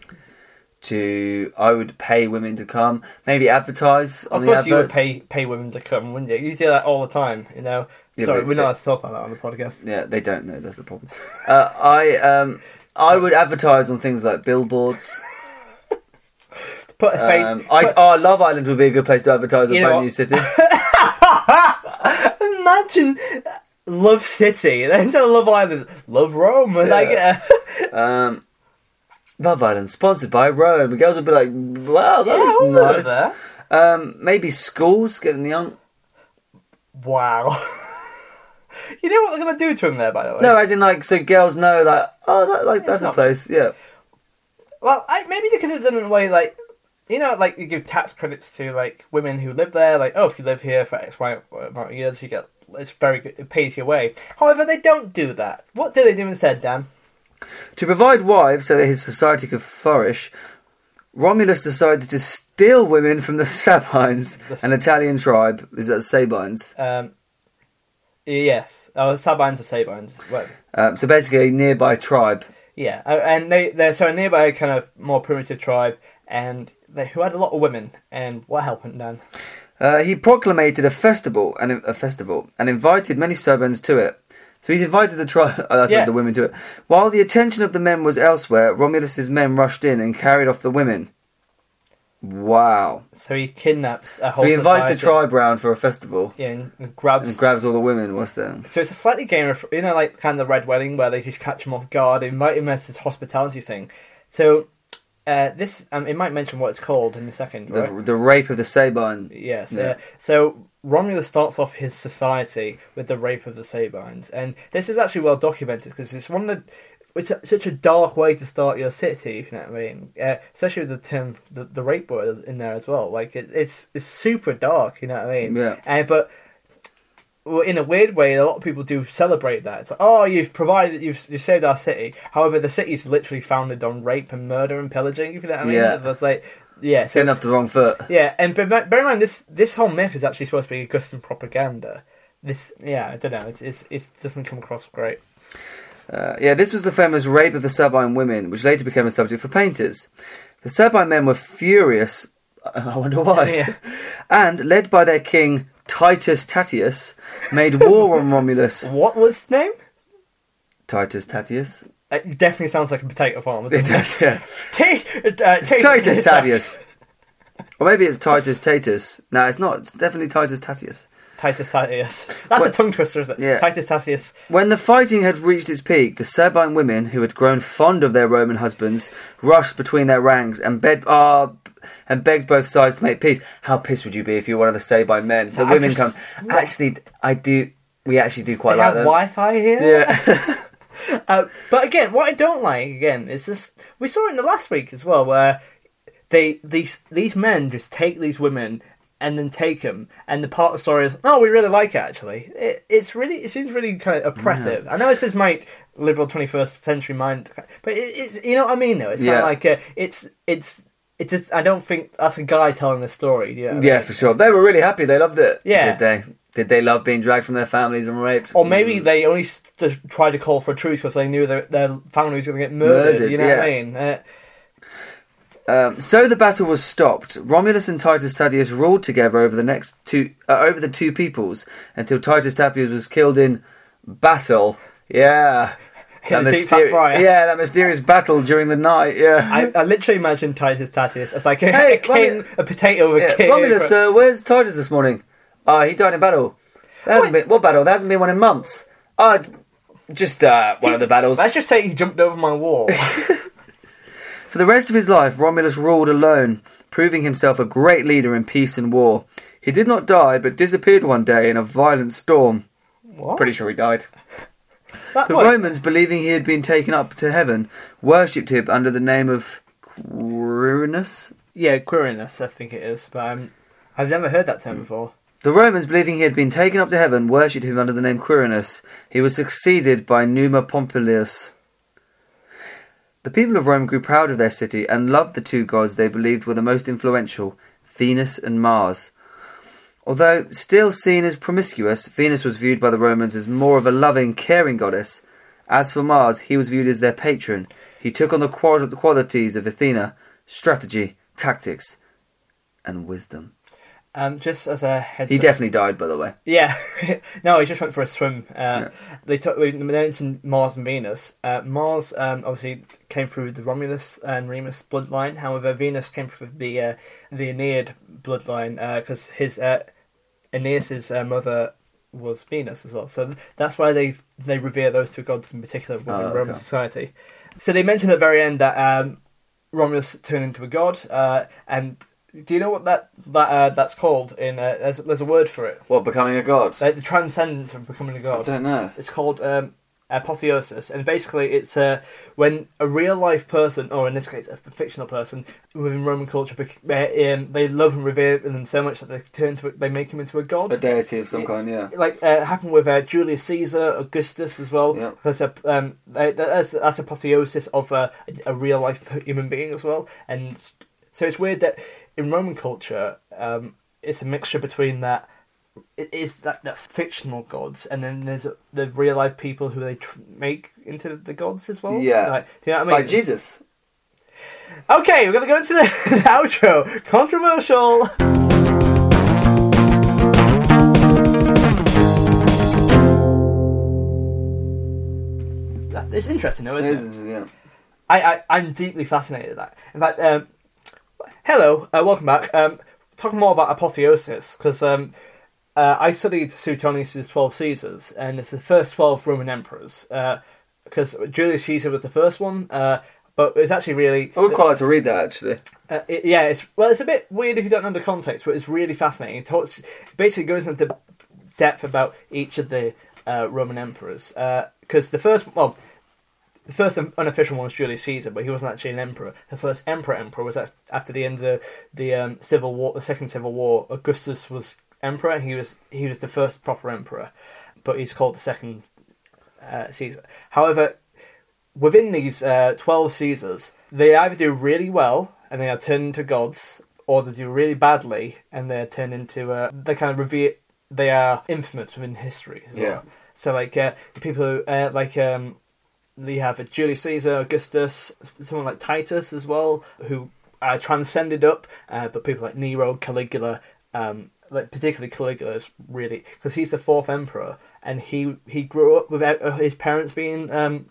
To I would pay women to come, maybe advertise on Of the course, you would adverts. pay pay women to come, wouldn't you? You do that all the time, you know. Yeah, Sorry, but we're not they- allowed to talk about that on the podcast. Yeah, they don't know. That's the problem. uh, I um, I would advertise on things like billboards. Put a space. Um, I, put- oh, Love Island would be a good place to advertise a You know brand what? new city. Imagine uh, Love City, then to Love Island, Love Rome. Like, uh, Um, Love Island, sponsored by Rome. The girls would be like, wow, that yeah, I looks wonder nice. there. Um, maybe schools getting the young. Wow. you know what they're going to do to him there, by the way? No, as in like so girls know that oh that like that's a not- place yeah Well, I, maybe they could have done it in a way like, you know, like you give tax credits to like women who live there. Like, oh, if you live here for X Y amount of years, you get it's very good. It pays your way. However, they don't do that. What do they do instead, Dan? to provide wives so that his society could flourish. Romulus decided to steal women from the Sabines, The- an Italian tribe. Is that Sabines? Um, yes, oh, Sabines or Sabines. Well, Um, so basically, a nearby tribe. yeah, Oh, and they they're so a nearby kind of more primitive tribe, and they who had a lot of women. And what happened, Dan? Uh, he proclamated a festival and a festival and invited many Sabines to it. So he's invited the tri- oh, that's right, Yeah. the women to it. While the attention of the men was elsewhere, Romulus's men rushed in and carried off the women. Wow! So he kidnaps a whole. So he invites the society. tribe round for a festival Yeah, and- and grabs and grabs all the women. What's there? So it's a slightly game of you know like kind of the red wedding where they just catch him off guard. It might miss this hospitality thing. So uh, this um, it might mention what it's called in a second. Right? The, the rape of the Sabine. Yes. Yeah. Uh, so Romulus starts off his society with the rape of the Sabines, and this is actually well documented because it's one of the it's a, such a dark way to start your city, if you know what I mean. Uh, especially with the term the, the rape word in there as well. Like it, it's it's super dark, you know what I mean? Yeah. And but well, in a weird way, a lot of people do celebrate that. It's like, oh, you've provided, you've, you saved our city. However, the city's literally founded on rape and murder and pillaging. If you know what I mean? Yeah. That's like, yeah. So Getting off the wrong foot. yeah, and bear bear in mind this this whole myth is actually supposed to be Augustan propaganda. This, yeah, I don't know. It's, it's it doesn't come across great. Uh, yeah, this was the famous rape of the Sabine women, which later became a subject for painters. The Sabine men were furious. I I wonder why. Yeah. and led by their king Titus Tatius, made war on Romulus. What was his name? Titus Tatius. It Uh, definitely sounds like a potato farmer. It doesn't it? does, yeah. Tate- uh, Tate- Titus Tatius. Or maybe it's Titus Tatus. No, it's not. It's definitely Titus Tatius. Titus Tatius. That's a What- tongue twister, isn't it? Yeah. Titus Tatius. When the fighting had reached its peak, the Sabine women, who had grown fond of their Roman husbands, rushed between their ranks and begged, ah, and begged both sides to make peace. How pissed would you be if you were one of the Sabine men? The I women just- come. Actually, I do. We actually do They quite like have them. Wi-Fi here. Yeah, Uh, but again, what I don't like again is this. We saw it in the last week as well, where they these these men just take these women and then take them, and the part of the story is, oh, we really like it. Actually, it, it's really it seems really kind of oppressive. I know this is my liberal twenty first century mind, but it, it, you know what I mean though. It's Yeah. kind of like uh it's it's it's. Just, I don't think that's a guy telling a story. Do you know what I yeah, mean? for sure. They were really happy. They loved it. Yeah. Did they? Did they love being dragged from their families and raped? Or maybe they only s- just tried to call for a truce because they knew their, their family was going to get murdered, Murdered, You know what I yeah. mean? Uh, Um, so the battle was stopped. Romulus and Titus Tatius ruled together over the next two uh, over the two peoples until Titus Tatius was killed in battle. Yeah, In a deep fat fryer. yeah, that mysterious battle during the night. Yeah, I, I literally imagine Titus Tatius as like a, Hey, a king, Romu- a potato with a yeah. king. Romulus, uh, where's Titus this morning? Ah, he died in battle. There hasn't been what battle? There hasn't been one in months. Ah, just uh, one of the battles. Let's just say he jumped over my wall. For the rest of his life, Romulus ruled alone, proving himself a great leader in peace and war. He did not die, but disappeared one day in a violent storm. what? Pretty sure he died. that The boy- Romans, believing he had been taken up to heaven, worshipped him under the name of Quirinus. yeah, Quirinus, I think it is, but um, I've never heard that term before. The Romans, believing he had been taken up to heaven, worshipped him under the name Quirinus. He was succeeded by Numa Pompilius. The people of Rome grew proud of their city and loved the two gods they believed were the most influential, Venus and Mars. Although still seen as promiscuous, Venus was viewed by the Romans as more of a loving, caring goddess. As for Mars, he was viewed as their patron. He took on the qual- qualities of Athena strategy, tactics, and wisdom. Um, just as a heads He up- definitely died, by the way. Yeah, no, he just went for a swim. Uh, They talk, we mentioned Mars and Venus. Uh, Mars um, obviously came through the Romulus and Remus bloodline. However, Venus came through the uh, the Aeneid bloodline because his uh, Aeneas's uh, mother was Venus as well. So th- that's why they they revere those two gods in particular within Oh, okay. Roman society. So they mentioned at the very end that um, Romulus turned into a god, uh, and Do you know what that that uh, that's called? In uh, there's there's a word for it. What, becoming a god? Like the transcendence of becoming a I god. don't know. It's called um, apotheosis, and basically it's uh, when a real life person, or in this case, a fictional person within Roman culture, bec- uh, um, they love and revere them so much that they turn to they make him into a god. A deity of some kind, yeah. like uh, happened with uh, Julius Caesar, Augustus as well. Yeah. Because uh, um, they- that's that's apotheosis of uh, a, a real life human being as well, and so it's weird that in Roman culture, um, it's a mixture between that. It is that, that fictional gods, and then there's the real life people who they tr- make into the gods as well. Yeah. like, do you know what I mean? Like Jesus. Okay, we're gonna go into the, the outro. Controversial. That- It's interesting though, isn't it? Isn't it? Yeah. I, I, I'm deeply fascinated at that. In fact, um, hello, uh, welcome back. Um, talking more about apotheosis, because um, uh, I studied Suetonius' 12 Caesars, and it's the first 12 Roman emperors. Because Julius Caesar was the first one, uh, but it's actually really. I would quite like to read that, actually. Uh, it, yeah, it's well, it's a bit weird if you don't know the context, but it's really fascinating. It talks basically goes into depth about each of the uh, Roman emperors because the first well. The first un- unofficial one was Julius Caesar, but he wasn't actually an emperor. The first emperor emperor was af- after the end of the, the um, civil war, the second civil war. Augustus was emperor. He was he was the first proper emperor, but he's called the second uh, Caesar. However, within these uh, 12 Caesars, they either do really well and they are turned into gods, or they do really badly and they're turned into, uh, they kind of revere, they are infamous within history as well. Yeah. So, like, uh, the people who, uh, like, um, they have uh, Julius Caesar, Augustus, someone like Titus as well, who are transcended up, uh, but people like Nero, Caligula, um, like particularly Caligula is really because he's the fourth emperor, and he he grew up without uh, his parents being um,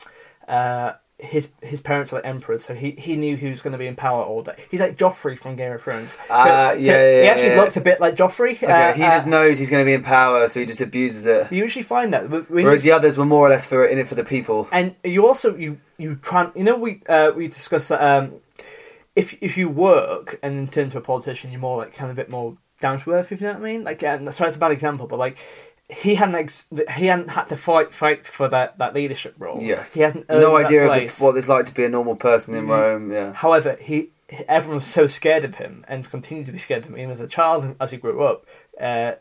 uh, his his parents were emperors, so he, he knew he was going to be in power all day. He's like Joffrey from Game of Thrones. Ah, So- so yeah, yeah, he actually yeah. looks a bit like Joffrey. Uh, Okay, he just knows he's going to be in power, so he just abuses it. You usually find that when- when you- Whereas the others were more or less for in it for the people. and you also you you tran you know we uh, we discussed that um if if you work and then turn to a politician you're more like kind of a bit more down to earth if you know what I mean like um, sorry it's a bad example but like he hadn't ex- he hadn't had to fight fight for that that leadership role Yes. he hasn't earned no that idea of place. the, what it's like to be a normal person in Rome. Yeah. However, he everyone was so scared of him and continued to be scared of him even as a child and as he grew up.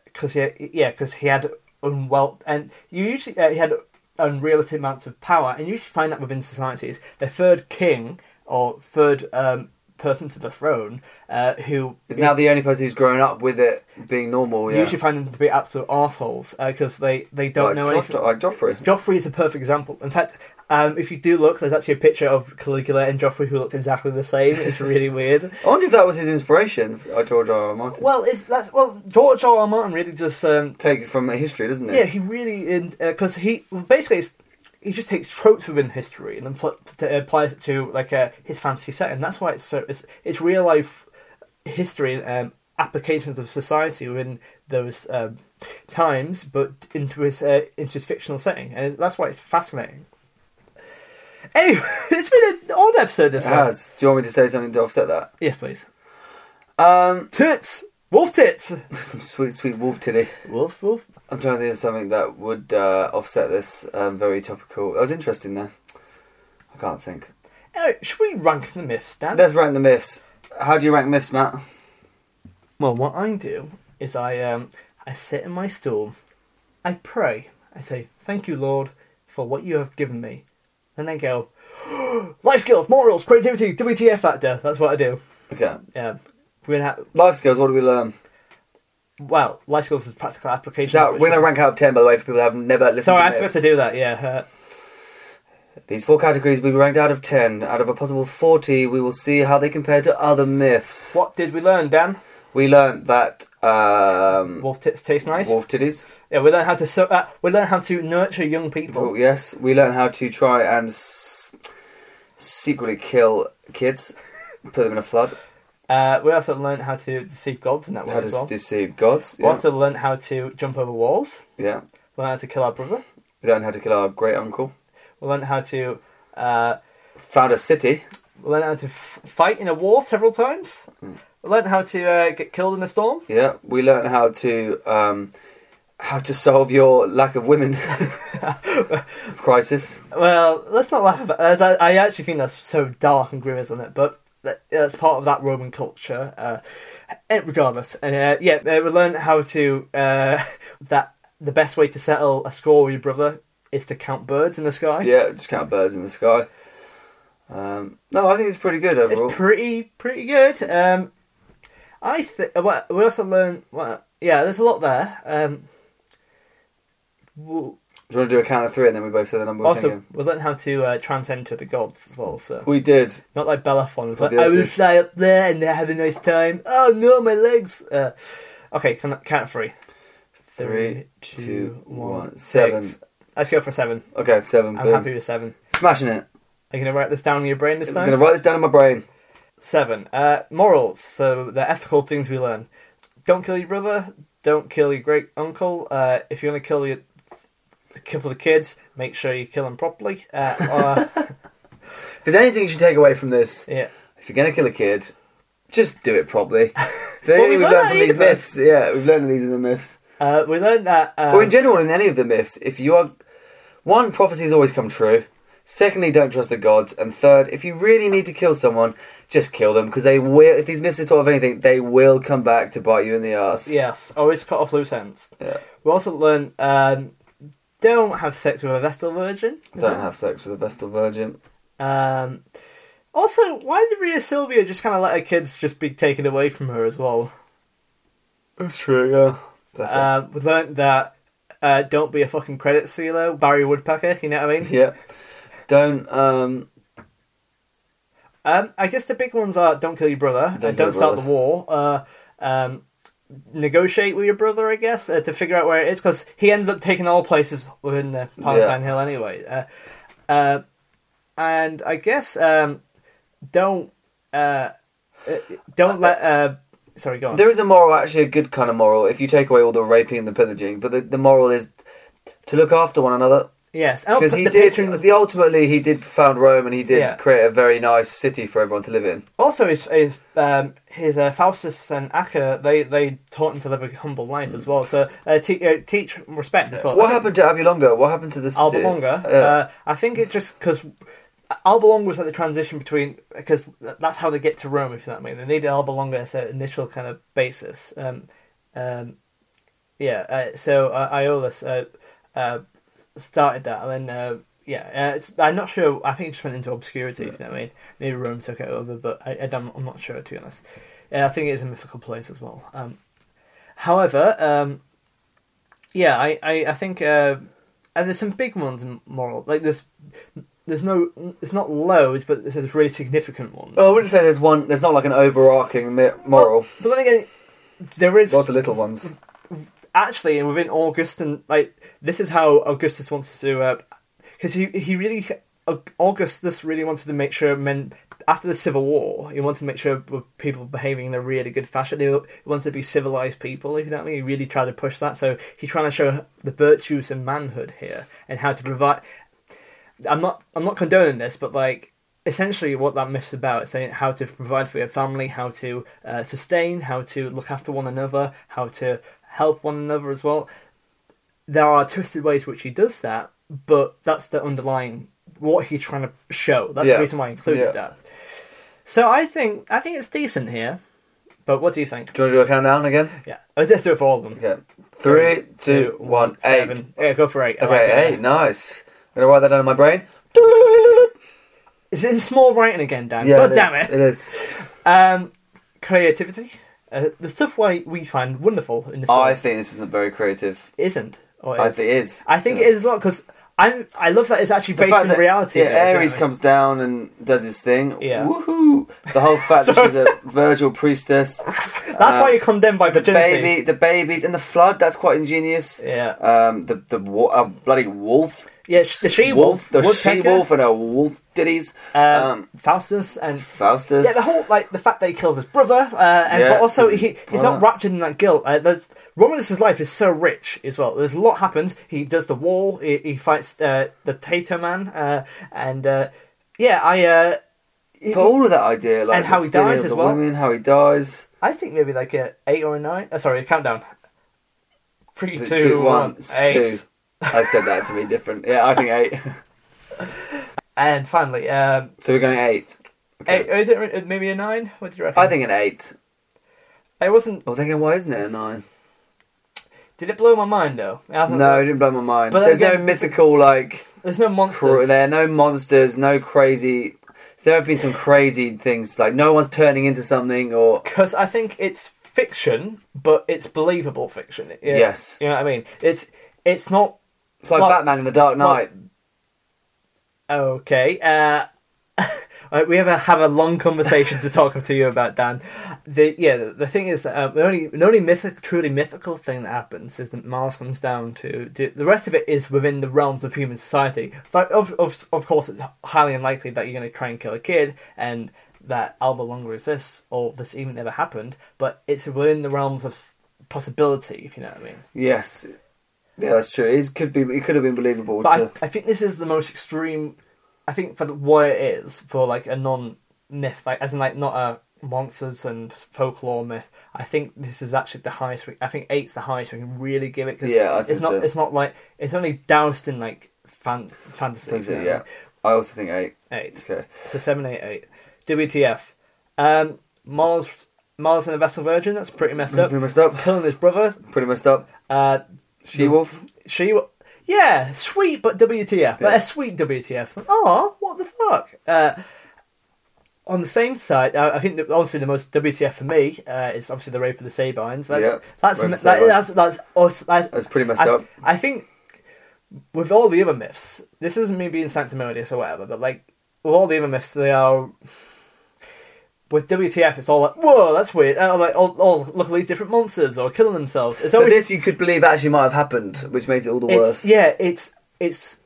Because he, yeah, because he had unwell and you usually uh, he had unrealistic amounts of power, and you usually find that within societies the third king or third um, person to the throne uh, who Is now the only person who's grown up with it being normal. you Yeah. usually find them to be absolute arseholes because they they don't like, know Jo- anything. Like Joffrey. Joffrey is a perfect example. In fact, um, if you do look, there's actually a picture of Caligula and Joffrey who look exactly the same. It's really weird. I wonder if that was his inspiration, uh, George R. R. Martin. Well, it's that's well George R. R. Martin really just um, Take it from history, doesn't it? yeah he really because he well, basically it's, he just takes tropes within history and then pl- t- applies it to like uh, his fantasy setting. That's why it's so it's it's real life history and um, applications of society within those um, times, but into his uh, into his fictional setting, and that's why it's fascinating. Anyway, it's been an odd episode this It one. has. Do you want me to say something to offset that? Yes, please. Um, Tits, wolf tits, some sweet, sweet wolf titty. wolf, wolf. I'm trying to think of something that would uh, offset this. Um, very topical. That was interesting there. I can't think. Eric, Uh, should we rank the myths, Dan? Let's rank the myths. How do you rank myths, Matt? Well, what I do is I um I sit in my stool, I pray, I say thank you, Lord, for what you have given me. Then I go, life skills, morals, creativity, WTF factor. That's what I do. Okay. Yeah, we're gonna have Life skills. What do we learn? well, life skills is practical Is application. that, which- we're gonna rank out of ten, by the way, for people that have never listened. Sorry, I to forgot myths. to do that. Yeah, Uh, These four categories will be ranked out of ten. Out of a possible forty, we will see how they compare to other myths. uh, what did we learn, Dan? We learnt that um, Wolf tits taste nice. wolf titties. Yeah, we learn how to so, uh, we learn how to nurture young people. Oh, yes, we learn how to try and s- secretly kill kids, put them in a flood. Uh, we also learned how to deceive gods in that way How as well. to deceive gods. We Yeah. also learned how to jump over walls. yeah. We learned how to kill our brother. We learn how to kill our great uncle. We learned how to uh, Found a city. Hmm. we learned how to f- fight in a war several times. We learned how to uh, get killed in a storm. Yeah, we learned how to um, how to solve your lack of women crisis. Well, let's not laugh about as I, I actually think that's so dark and grim, isn't it? But that, that's part of that Roman culture. Uh, and regardless, and uh, yeah, uh, we learned how to uh, that the best way to settle a score with your brother is to count birds in the sky. Yeah, just count birds in the sky. Um, no, I think it's pretty good overall. It's pretty pretty good. Um, I think well, we also learn. Well, yeah, there's a lot there. Um, w- do you want to do a count of three and then we both say the number we're also, thinking? we learned how to uh, transcend to the gods as well. So We did. not like Bellerophon. was With like, the I will Osiris. fly up there and have a nice time. Oh no, my legs. Uh, okay, count, count three. Three, two, one. Seven. Seven. Let's go for seven. Okay, 7 I'm boom. happy with seven. Smashing it. Are you gonna write this down in your brain this I'm time? going to write this down in my brain. Seven. Uh, morals. So the ethical things we learn. Don't kill your brother. Don't kill your great uncle. Uh, if you're gonna kill your a couple of kids, make sure you kill them properly. Uh, or, If there's anything you should take away from this, yeah. if you're going to kill a kid, just do it properly. The Well, we only thing we've learned learned that from these either. myths, yeah, we've learned these in the myths. Uh, we learned that. Um, or in general, in any of the myths, if you are. One, prophecies always come true. Secondly, don't trust the gods. And third, if you really need to kill someone, just kill them because they will. If these myths are taught of anything, they will come back to bite you in the ass. Yes, always cut off loose ends. Yeah. We also learn um, don't have sex with a Vestal Virgin. Is Don't it? have sex with a Vestal Virgin. Um, also, why did Rhea Sylvia just kind of let her kids just be taken away from her as well? That's true, yeah. That's it. Um, we learned that uh, don't be a fucking credit sealer, Barry Woodpecker. You know what I mean? Yeah. Don't um Um, I guess the big ones are don't kill your brother, and kill don't your start brother. the war. Uh, um, negotiate with your brother, I guess, uh, to figure out where it is because he ended up taking all places within the Palatine Hill anyway. Uh, uh, and I guess um, don't uh, uh, don't let. Uh, sorry, go on. there is a moral actually a good kind of moral if you take away all the raping and the pillaging, but the, the moral is to look after one another yes, and I'll because put he the did patron- the ultimately he did found Rome and he did Oh, Yeah. create a very nice city for everyone to live in. Also, his his um, his uh, Faustus and Acca they they taught him to live a humble life as well. So uh, te- uh, teach respect as well. Mm. What I think- happened to Abulonga? What happened to the city? Alba Longa. Yeah. Uh, I think it just because Alba Longa was like the transition between because that's how they get to Rome. If you know what I mean, they needed Alba Longa as their initial kind of basis. Um, um, yeah. Uh, so uh, Iolus uh, uh, started that, and then uh, yeah, uh, it's, I'm not sure. I think it just went into obscurity. If you know what I mean, maybe Rome took it over, but I, I don't, I'm not sure to be honest. Yeah, I think it is a mythical place as well. Um, however, um, yeah, I I, I think. Uh, and there's some big ones in moral. Like there's there's no it's not loads, but there's this really significant ones. Well, I wouldn't say there's one. There's not like an overarching mi- moral. But then again, there is Lots of little ones. actually and within Augustan like this is how Augustus wants to because he he really Augustus really wanted to make sure men after the civil war he wanted to make sure people were behaving in a really good fashion he wanted to be civilized people if you know what I mean he really tried to push that so he's trying to show the virtues of manhood here and how to provide I'm not I'm not condoning this, but like essentially what that myth's about is saying how to provide for your family, how to uh, sustain, how to look after one another, how to help one another as well. There are twisted ways which he does that, but that's the underlying what he's trying to show. That's Yeah. the reason why I included Yeah. that. So I think I think it's decent here. But what do you think? Do you want to do a countdown again? Yeah, let's do it for all of them. Okay. Three, two, one, eight. seven. Yeah, go for eight. I like Okay, it. eight. Nice. I'm gonna write that down in my brain. It's in small writing again, Dan. Yeah, God it damn is. it. It is. Um, creativity. Uh, the stuff we, we find wonderful in this I world think this isn't very creative. isn't. Or is. I think it is. I think Yeah. it is a lot because I'm. I love that it's actually The based fact in that- reality. Yeah, though, do you know Ares what I mean? comes down and does his thing. Yeah. Woohoo! The whole fact that she's a Virgil priestess. That's uh, why you're condemned by The virginity. baby, the babies, and the flood. That's quite ingenious. Yeah. Um, the the wa- a bloody wolf. Yeah, sh- the she-wolf, the woodpecker. she wolf, and her wolf ditties. Um, Um, Faustus and Faustus. yeah, the whole like the fact that he kills his brother, uh, and Yeah. Uh-huh. but also he he's not Well- raptured in that guilt. Uh, there's, Romulus's life is so rich as well. There's a lot happens. He does the wall. He, he fights uh, the Tato man, uh, and uh, yeah, I. Uh, But all of that idea, like And the how he stealing dies of as the well. women, how he dies. I I think maybe like a eight or a nine. Uh, sorry, countdown. Three, two, one, eight. Two, one, two. I said that to be different. Yeah, I think eight. And finally, um, So we're going eight. eight, Okay. is it uh, maybe a nine? What do you reckon? I think an eight. it wasn't. I'm thinking, why isn't it a nine? Did it blow my mind though? I thought No, it that- didn't blow my mind. But then There's no again- mythical like there's no cr- monsters. there are no monsters, no crazy. There have been some crazy things like no one's turning into something or because I think it's fiction, but it's believable fiction. Yeah. Yes. you know what I mean. It's it's not it's like Well- Batman in the Dark Knight. okay. Uh, all right, we have a have a long conversation to talk to you about Dan. The yeah, the, the thing is that uh, the only the only mythic, truly mythical thing that happens is that Mars comes down to the, the rest of it is within the realms of human society. But of of of course, it's highly unlikely that you're going to try and kill a kid and that Alba Longa exists or this even ever happened. But it's within the realms of possibility, if you know what I mean. yes, yeah, that's true. It is- could be. It could have been believable. to- But I, I think this is the most extreme. I think for the, what it is for like a non-myth, like as in like not a monsters and folklore myth. I think this is actually the highest. We, I think eight's the highest we can really give it because Yeah, I it's think not. so. It's not like it's only doused in like fan, fantasy. Is it? you know? yeah, I also think eight. eight. Okay. So seven, eight, eight. WTF? Um, Mars, Mars and a vessel virgin. That's pretty messed up. Pretty messed up. Killing his brother. Pretty messed up. Uh, She wolf. she wa- yeah sweet but wtf but Yeah. a sweet wtf oh what the fuck uh on the same side, I I think that obviously the most WTF for me uh, is obviously the rape of the Sabines. That's Yeah, that's, Rape me- of that, the Sabines. that's that's us- that's That's pretty messed I, up. I think with all the other myths, this isn't me being sanctimonious or whatever, but like with all the other myths, they are with WTF. It's all like whoa, that's weird. Uh, like all, all look at these different monsters or killing themselves. It's But always this you could believe actually might have happened, which makes it all the it's worse. yeah, it's it's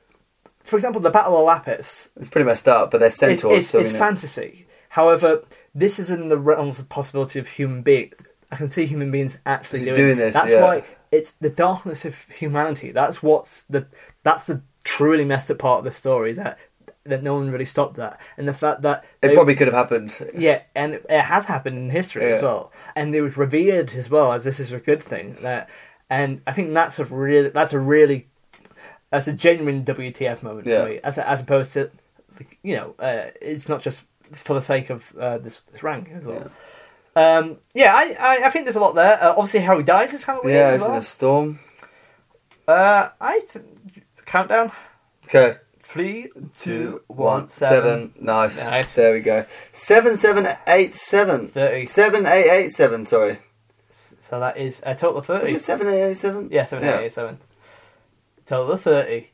for example the Battle of Lapis. It's pretty messed up, but they're It's, centaurs. it's, so it's we know- fantasy. However, this is in the realms of possibility of human being. I can see human beings actually Just doing, doing this, That's yeah. why it's the darkness of humanity. That's what's the that's the truly messed up part of the story that that no one really stopped that, and the fact that It they- probably could have happened. yeah, and it has happened in history as Yeah. well, and it was revered as well as this is a good thing. That, and I think that's a really that's a really that's a genuine WTF moment Yeah. for me, as as opposed to like, you know uh, it's not just for the sake of uh, this, this rank as well. Yeah. Um, yeah, I, I, I think there's a lot there. Uh, obviously, how he dies is kind of weird. Yeah, as it's in well. a storm. uh, I th- countdown Okay. three, Two, two, one, seven. Nice. Nice. There we go. Seven, seven, eight, seven. Thirty. Seven, eight, eight, seven. Sorry. So that is a total of Was thirty. it seven, eight, eight, seven? Yeah, seven, eight, eight, seven. Total of thirty.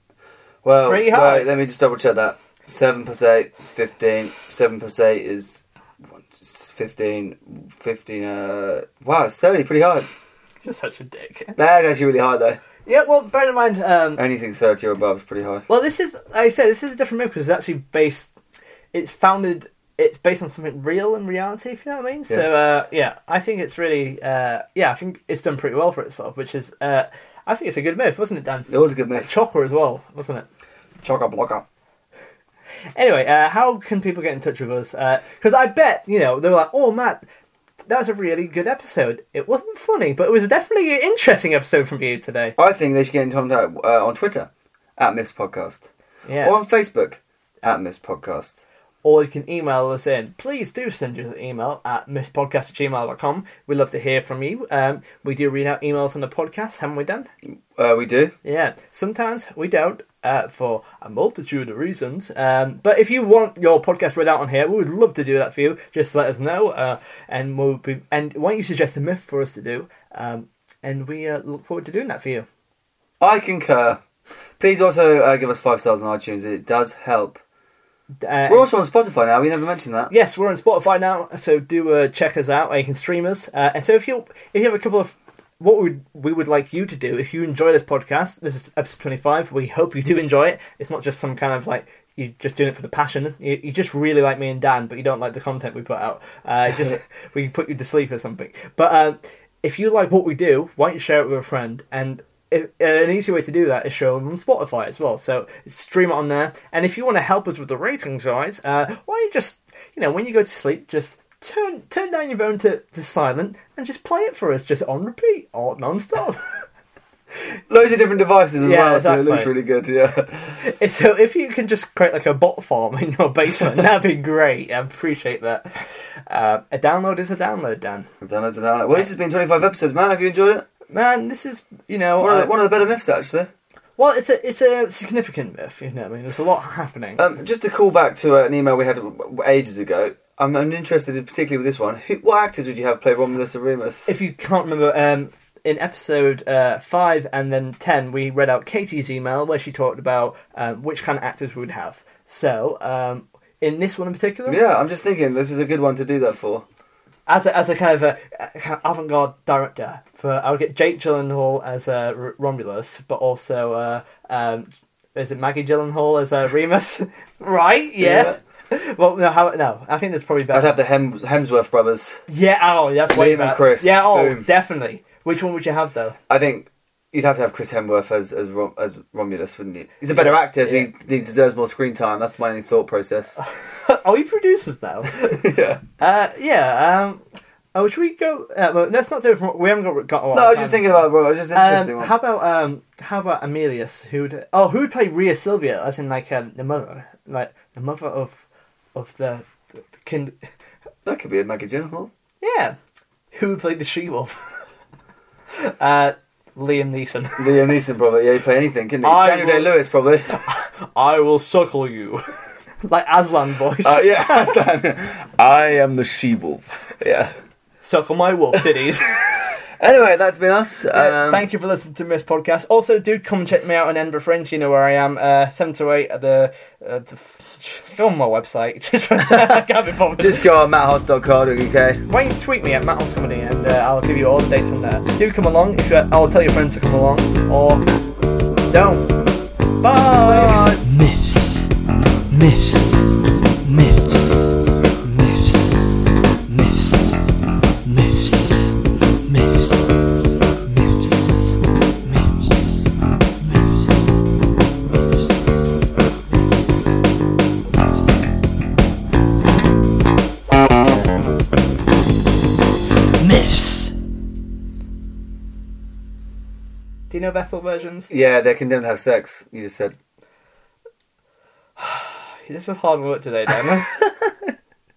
Well, Pretty high. wait, let me just double check that. Seven plus eight is fifteen. Seven plus eight is one- it's fifteen. Fifteen. Uh, wow, it's thirty. Pretty high. You're such a dick. That's actually really high though. Yeah, well, bear in mind. Um, Anything thirty or above is pretty high. well, this is, like I said, this is a different myth because it's actually based. It's founded. It's based on something real in reality, if you know what I mean. So Yes. uh, yeah, I think it's really. Uh, yeah, I think it's done pretty well for itself, which is. Uh, I think it's a good myth, wasn't it, Dan? It was a good match. Chocker as well, wasn't it? Chocker blocker. Anyway, uh, how can people get in touch with us? Because I bet you know they were like, "Oh, Matt, that was a really good episode. It wasn't funny, but it was definitely an interesting episode from you today." I think they should get in contact uh, on Twitter at Miss Podcast Yeah. or on Facebook at Miss Podcast. or you can email us in. Please do send us an email at misspodcast at gmail.com. We'd love to hear from you. Um, we do read out emails on the podcast, haven't we, Dan? Uh, we do. Yeah, sometimes we don't uh, for a multitude of reasons. Um, but if you want your podcast read out on here, we would love to do that for you. Just let us know, uh, and we'll be. And why don't you suggest a myth for us to do? Um, and we uh, look forward to doing that for you. I concur. Please also uh, give us five stars on iTunes. It does help. Uh, We're also on Spotify now. We never mentioned that. yes, we're on Spotify now, so do uh, check us out. Or you can stream us. Uh, and so if you if you have a couple of what would we would like you to do if you enjoy this podcast, this is episode twenty five. We hope you do enjoy it. It's not just some kind of like you're just doing it for the passion. You, you just really like me and Dan, but you don't like the content we put out. Uh, just we can put you to sleep or something. But um, if you like what we do, why don't you share it with a friend and if, uh, an easy way to do that is show them on Spotify as well. So stream it on there. And if you want to help us with the ratings, guys, uh, why don't you just, you know, when you go to sleep, just turn turn down your phone to, to silent and just play it for us, just on repeat or non-stop. Loads of different devices as Yeah, well, so it looks exactly. really good. Yeah, so if you can just create like a bot farm in your basement, that'd be great. I appreciate that. Uh, a download is a download, Dan. I've done loads of that. Well, this has been 25 episodes, man. Have you enjoyed it? Man, this is you know One of uh, the, one of the better myths, actually. well, it's a it's a significant myth. You know, what I mean, there's a lot happening. Um, just to call back to uh, an email we had ages ago, I'm, I'm interested, in, particularly with this one. Who, what actors would you have play Romulus and Remus? if you can't remember, um, in episode uh, five and then ten, we read out Katie's email where she talked about um, which kind of actors we would have. So um, in this one in particular, yeah, I'm just thinking this is a good one to do that for. as a, as a kind of a, a kind of avant-garde director, for I would get Jake Gyllenhaal as uh, R- Romulus, but also uh, um, is it Maggie Gyllenhaal as uh, Remus? right? Yeah. Well, no, how, no. I think there's probably better. I'd have the Hem- Hemsworth brothers. Yeah, oh, that's way Liam and better. Chris. Yeah, oh, Boom. definitely. Which one would you have though? I think you'd have to have Chris Hemsworth as as, Rom- as Romulus, wouldn't you? He's a better actor, so Yeah. Oh, he, he deserves more screen time. That's my only thought process. Are we producers now? yeah. uh, yeah. Um, oh, should we go? Uh, well, let's not do it. From, we haven't got, got a lot. No, of I was just time. thinking about. Well, I was just interesting. Um, one. how about um, how about Amelius? Who'd oh who'd play Rhea Silvia as in like um, the mother, like the mother of of the, the kind. that could be a Maggie Gyllenhaal. Yeah, who would play the she wolf? uh, Liam Neeson. Liam Neeson probably. Yeah, he'd play anything, couldn't he? I Daniel Day will- Lewis probably. I will suckle you, like Aslan voice. Uh, yeah, that's that. I am the she wolf. Yeah. suckle my wolf titties. Anyway, that's been us. Um, Thank you for listening to this podcast. Also, do come and check me out on Edinburgh Fringe. You know where I am. Uh, seven to eight at the. Uh, the f- go on my website. Just I can't be bothered. Just go on matthoss.co.uk. Why don't you tweet me at Matt Hobbs Comedy and uh, I'll give you all the dates on there. Do come along. If you, I'll tell your friends to come along or don't. Bye. Myths. Myths. Myths. Myths. Myths. Myths. Myths. Myths. Myths. Myths. Myths. Myths. Do you know Bethel versions? Yeah, they're condemned to have sex. You just said. This is hard work today, Dan.